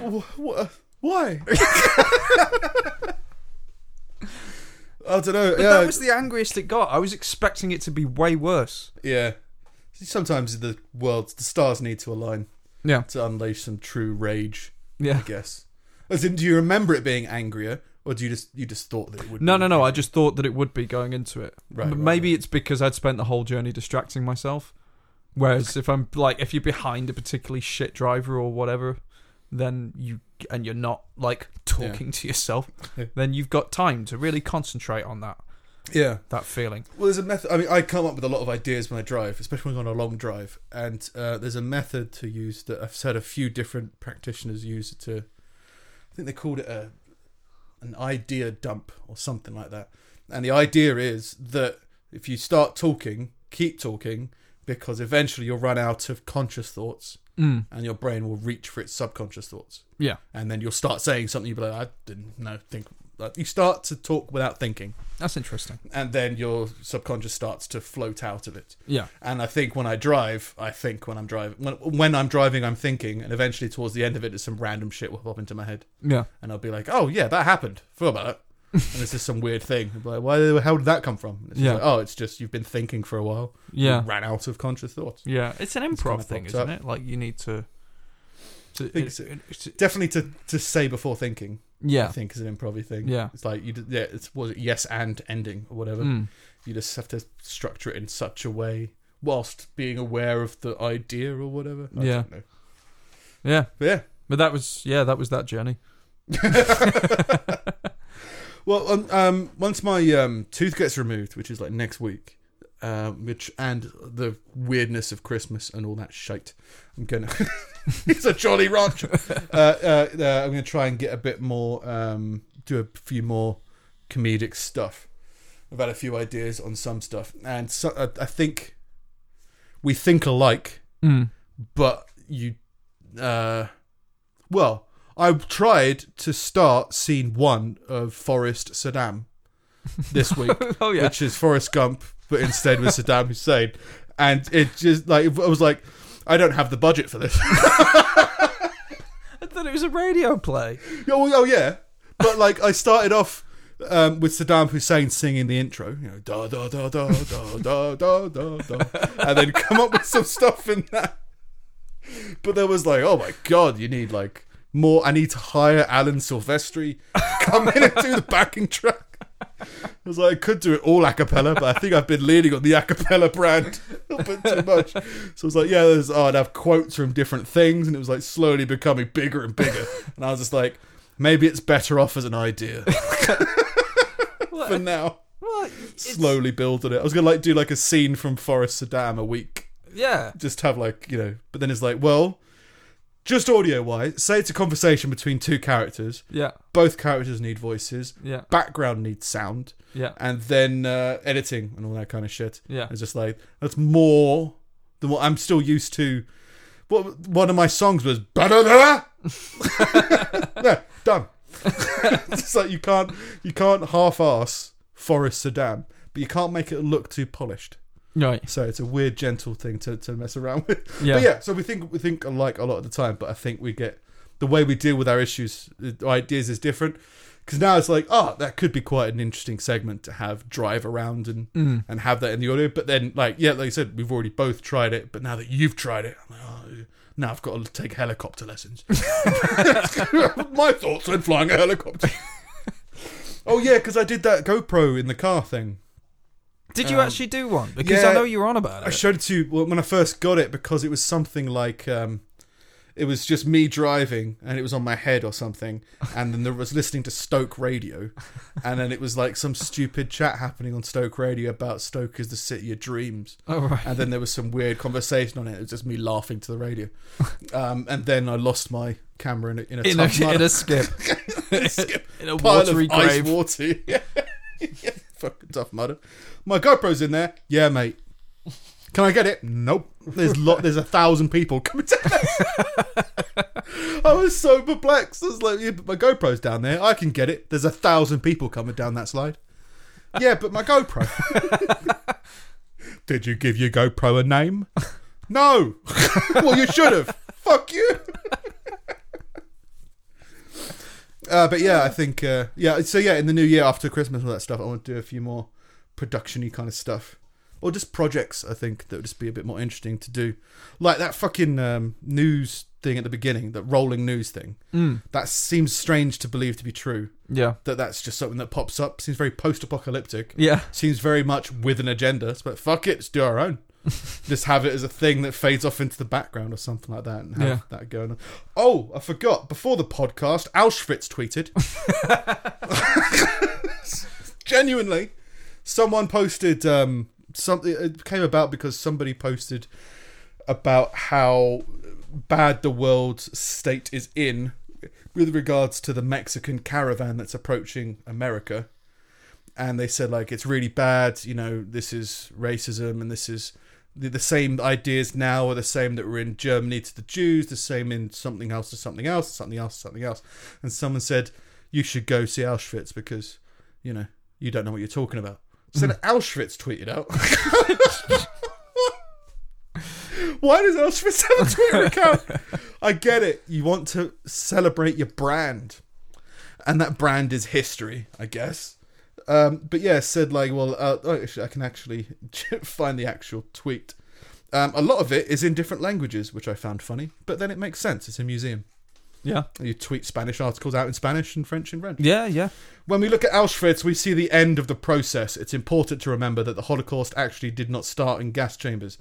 Wh- wh- Why? I don't know.
But
yeah,
that was the angriest it got. I was expecting it to be way worse.
yeah. See, Sometimes the world, the stars need to align.
Yeah.
To unleash some true rage.
Yeah.
I guess. As in, do you remember it being angrier, or do you just you just thought that it would?
No,
be?
no, no. I just thought that it would be going into it.
Right,
M-
right,
Maybe it's because I'd spent the whole journey distracting myself. Whereas if I'm like, if you're behind a particularly shit driver or whatever, then you and you're not like talking to yourself,
Yeah.
then you've got time to really concentrate on that.
Yeah.
that feeling.
Well, there's a method. I mean, I come up with a lot of ideas when I drive, especially when I'm on a long drive. And uh, there's a method to use that I've had a few different practitioners use it to. I think they called it a an idea dump or something like that. And the idea is that if you start talking, keep talking because eventually you'll run out of conscious thoughts
Mm.
and your brain will reach for its subconscious thoughts.
Yeah.
And then you'll start saying something you'll be like, I didn't know, think. Like, you start to talk without thinking
That's interesting.
and then your subconscious starts to float out of it.
Yeah.
And I think when I drive, I think when I'm driving, when, when I'm driving, I'm thinking, and eventually towards the end of it, some random shit will pop into my head.
Yeah.
And I'll be like, oh yeah, that happened. Forgot about it. and it's just some weird thing. I'll be like, why? How did that come from? And It's just
Yeah.
like, oh, it's just you've been thinking for a while.
Yeah.
You ran out of conscious thoughts.
Yeah, it's an improv
kinda
thing,
popped
isn't
up.
it? Like you need to. to
I think
it-
so.
it- it's-
Definitely to, to say before thinking.
Yeah.
I think is an improv thing.
Yeah.
It's like you d- yeah, it's was it yes and ending or whatever.
Mm.
You just have to structure it in such a way whilst being aware of the idea or whatever. I
Yeah.
don't know.
yeah,
But yeah.
But that was yeah, that was that journey.
Well, um, um once my um tooth gets removed, which is like next week, um which and the weirdness of Christmas and all that shite, I'm gonna It's a jolly rancher. uh, uh, uh, I'm going to try and get a bit more, um, do a few more comedic stuff. I've had a few ideas on some stuff, and so, uh, I think we think alike,
Mm.
but you, uh, well, I tried to start scene one of Forrest Saddam this week,
Oh, yeah.
which is Forrest Gump, but instead was Saddam Hussein, and it just like I was like, I don't have the budget for this. Oh,
I thought it was a radio play.
Yeah, well, oh yeah, but like I started off um, with Saddam Hussein singing the intro, you know, da da da da da da da da da, and then come up with some stuff in that. But there was like, oh my god, you need like more. I need to hire Alan Silvestri come in and do the backing track. I was like, I could do it all a cappella, but I think I've been leaning on the a cappella brand a little bit too much. So I was like, yeah, there's, oh, I'd have quotes from different things, and it was like slowly becoming bigger and bigger. And I was just like, maybe it's better off as an idea. for now.
Well,
Slowly build on it. I was gonna like do like a scene from Forest Saddam a week.
Yeah.
Just have like you know, but then it's like, well, just audio wise, say it's a conversation between two characters.
Yeah.
Both characters need voices.
Yeah.
Background needs sound.
Yeah.
And then uh, editing and all that kind of shit.
Yeah.
It's just like that's more than what I'm still used to. What one of my songs was "Ba-da-da-da!" yeah, done. it's like you can't you can't half ass Forest Saddam, but you can't make it look too polished.
Right.
So it's a weird gentle thing to, to mess around with.
Yeah.
But yeah, so we think we think alike a lot of the time, but I think we get the way we deal with our issues, our ideas is different. Because now it's like, oh, that could be quite an interesting segment to have drive around and
Mm.
and have that in the audio. But then, like, yeah, like you said, we've already both tried it. But now that you've tried it, I'm like, oh, now I've got to take helicopter lessons. My thoughts when flying a helicopter. oh yeah, because I did that GoPro in the car thing.
Did you
Um,
actually do one? Because I
yeah,
know you were on about it.
I showed it to you well, when I first got it because it was something like um, it was just me driving and it was on my head or something, and then there was listening to Stoke radio, and then it was like some stupid chat happening on Stoke radio about Stoke is the city of dreams.
Oh, right.
And then there was some weird conversation on it. It was just me laughing to the radio, um, and then I lost my camera in a in a,
in, a,
tub mud.
in a skip.
In a skip.
In a
Pile of
watery
ice
grave.
water. Yeah. Yeah, Fucking tough mudder. My GoPro's in there. Yeah, mate. Can I get it? Nope. There's lot. There's a thousand people coming down. I was so perplexed. I was like, yeah, but my GoPro's down there. I can get it. There's a thousand people coming down that slide. Yeah, but my GoPro. Did you give your GoPro a name? No. well, you should have. Fuck you. Uh, but yeah, I think uh, yeah. So yeah, in the new year after Christmas, and all that stuff, I want to do a few more production-y kind of stuff, or just projects. I think that would just be a bit more interesting to do, like that fucking um, news thing at the beginning, that rolling news thing.
Mm.
That seems strange to believe to be true.
Yeah.
that that's just something that pops up. Seems very post-apocalyptic.
Yeah.
seems very much with an agenda. It's like fuck it, let's do our own. just have it as a thing that fades off into the background or something like that, and have
Yeah.
that going on. Oh, I forgot. Before the podcast, Auschwitz tweeted. Genuinely, someone posted um, something. It came about because somebody posted about how bad the world's state is in with regards to the Mexican caravan that's approaching America. And they said, like, it's really bad, you know, this is racism and this is the, the same ideas now are the same that were in Germany to the Jews, the same in something else to something else, something else, something else. And someone said, you should go see Auschwitz because, you know, you don't know what you're talking about. So then Auschwitz tweeted out. Why does Auschwitz have a Twitter account? I get it. You want to celebrate your brand, and that brand is history, I guess. Um, but yeah, said like, well, uh, oh, actually, I can actually find the actual tweet. Um, a lot of it is in different languages, which I found funny, but then it makes sense. It's a museum.
Yeah.
You tweet Spanish articles out in Spanish and French and French.
Yeah, yeah.
When we look at Auschwitz, we see the end of the process. It's important to remember that the Holocaust actually did not start in gas chambers.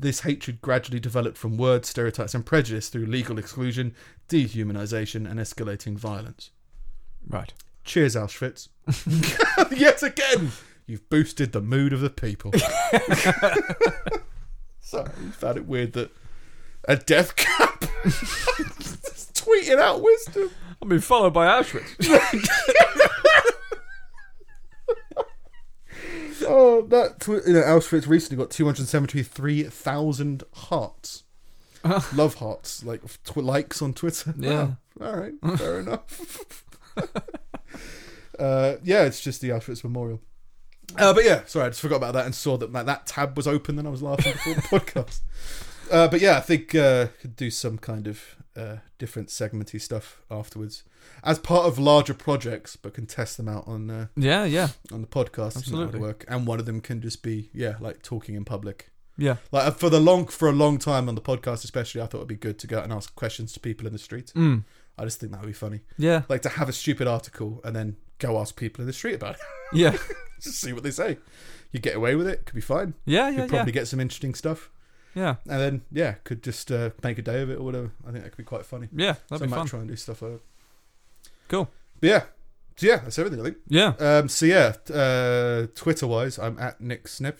This hatred gradually developed from words, stereotypes, and prejudice through legal exclusion, dehumanization, and escalating violence.
Right.
Cheers, Auschwitz. Yet again, you've boosted the mood of the people. so I found it weird that a death cap just tweeting out wisdom.
I've been followed by Auschwitz.
Oh, that tw- you know, Auschwitz recently got two hundred seventy-three thousand hearts, love hearts, like tw- likes on Twitter.
Yeah.
Wow. all right, fair enough. uh, yeah, it's just the Auschwitz Memorial. Uh, but yeah, sorry, I just forgot about that and saw that like, that tab was open and I was laughing before the podcast. Uh, but yeah, I think uh, could do some kind of uh, different segmenty stuff afterwards as part of larger projects, but can test them out on uh,
Yeah, yeah.
on the podcast. and that would
Absolutely.
work. And one of them can just be yeah, like talking in public.
Yeah.
like uh, for the long for a long time on the podcast, especially, I thought it'd be good to go out and ask questions to people in the street.
Mm.
I just think that would be funny.
Yeah.
like to have a stupid article and then go ask people in the street about it.
Yeah.
just see what they say. You get away with it, could be fine.
Yeah, yeah,
You'd probably
yeah.
get some interesting stuff.
Yeah.
and then yeah, could just uh, make a day of it or whatever. I think that could be quite funny.
Yeah, that'd
so
be
I might
fun.
try and do stuff like that.
Cool.
But yeah, So yeah, that's everything I think.
Yeah.
Um, so yeah, uh, Twitter wise, I'm at Nick Snip.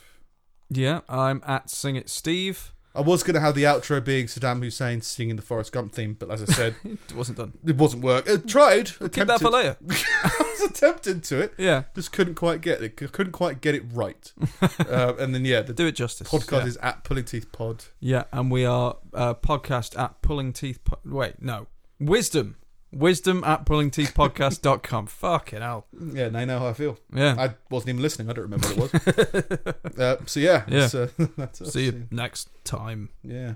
Yeah, I'm at Sing It Steve.
I was going to have the outro being Saddam Hussein singing the Forrest Gump theme, but as I said,
it wasn't done.
It wasn't work. It tried.
We'll keep that for later.
I was attempting to it.
Yeah.
Just couldn't quite get it. Couldn't quite get it right. uh, and then yeah, the
Do it justice.
Podcast
Yeah.
is at Pulling Teeth Pod.
Yeah, and we are uh, podcast at Pulling Teeth. Po- Wait, no, wisdom, wisdom at pullingteethpodcast.com. Fucking hell.
Yeah, now you know how I feel.
Yeah.
I wasn't even listening. I don't remember what it was. uh, so yeah,
Yeah.
that's, uh, that's us.
See you next time.
Yeah.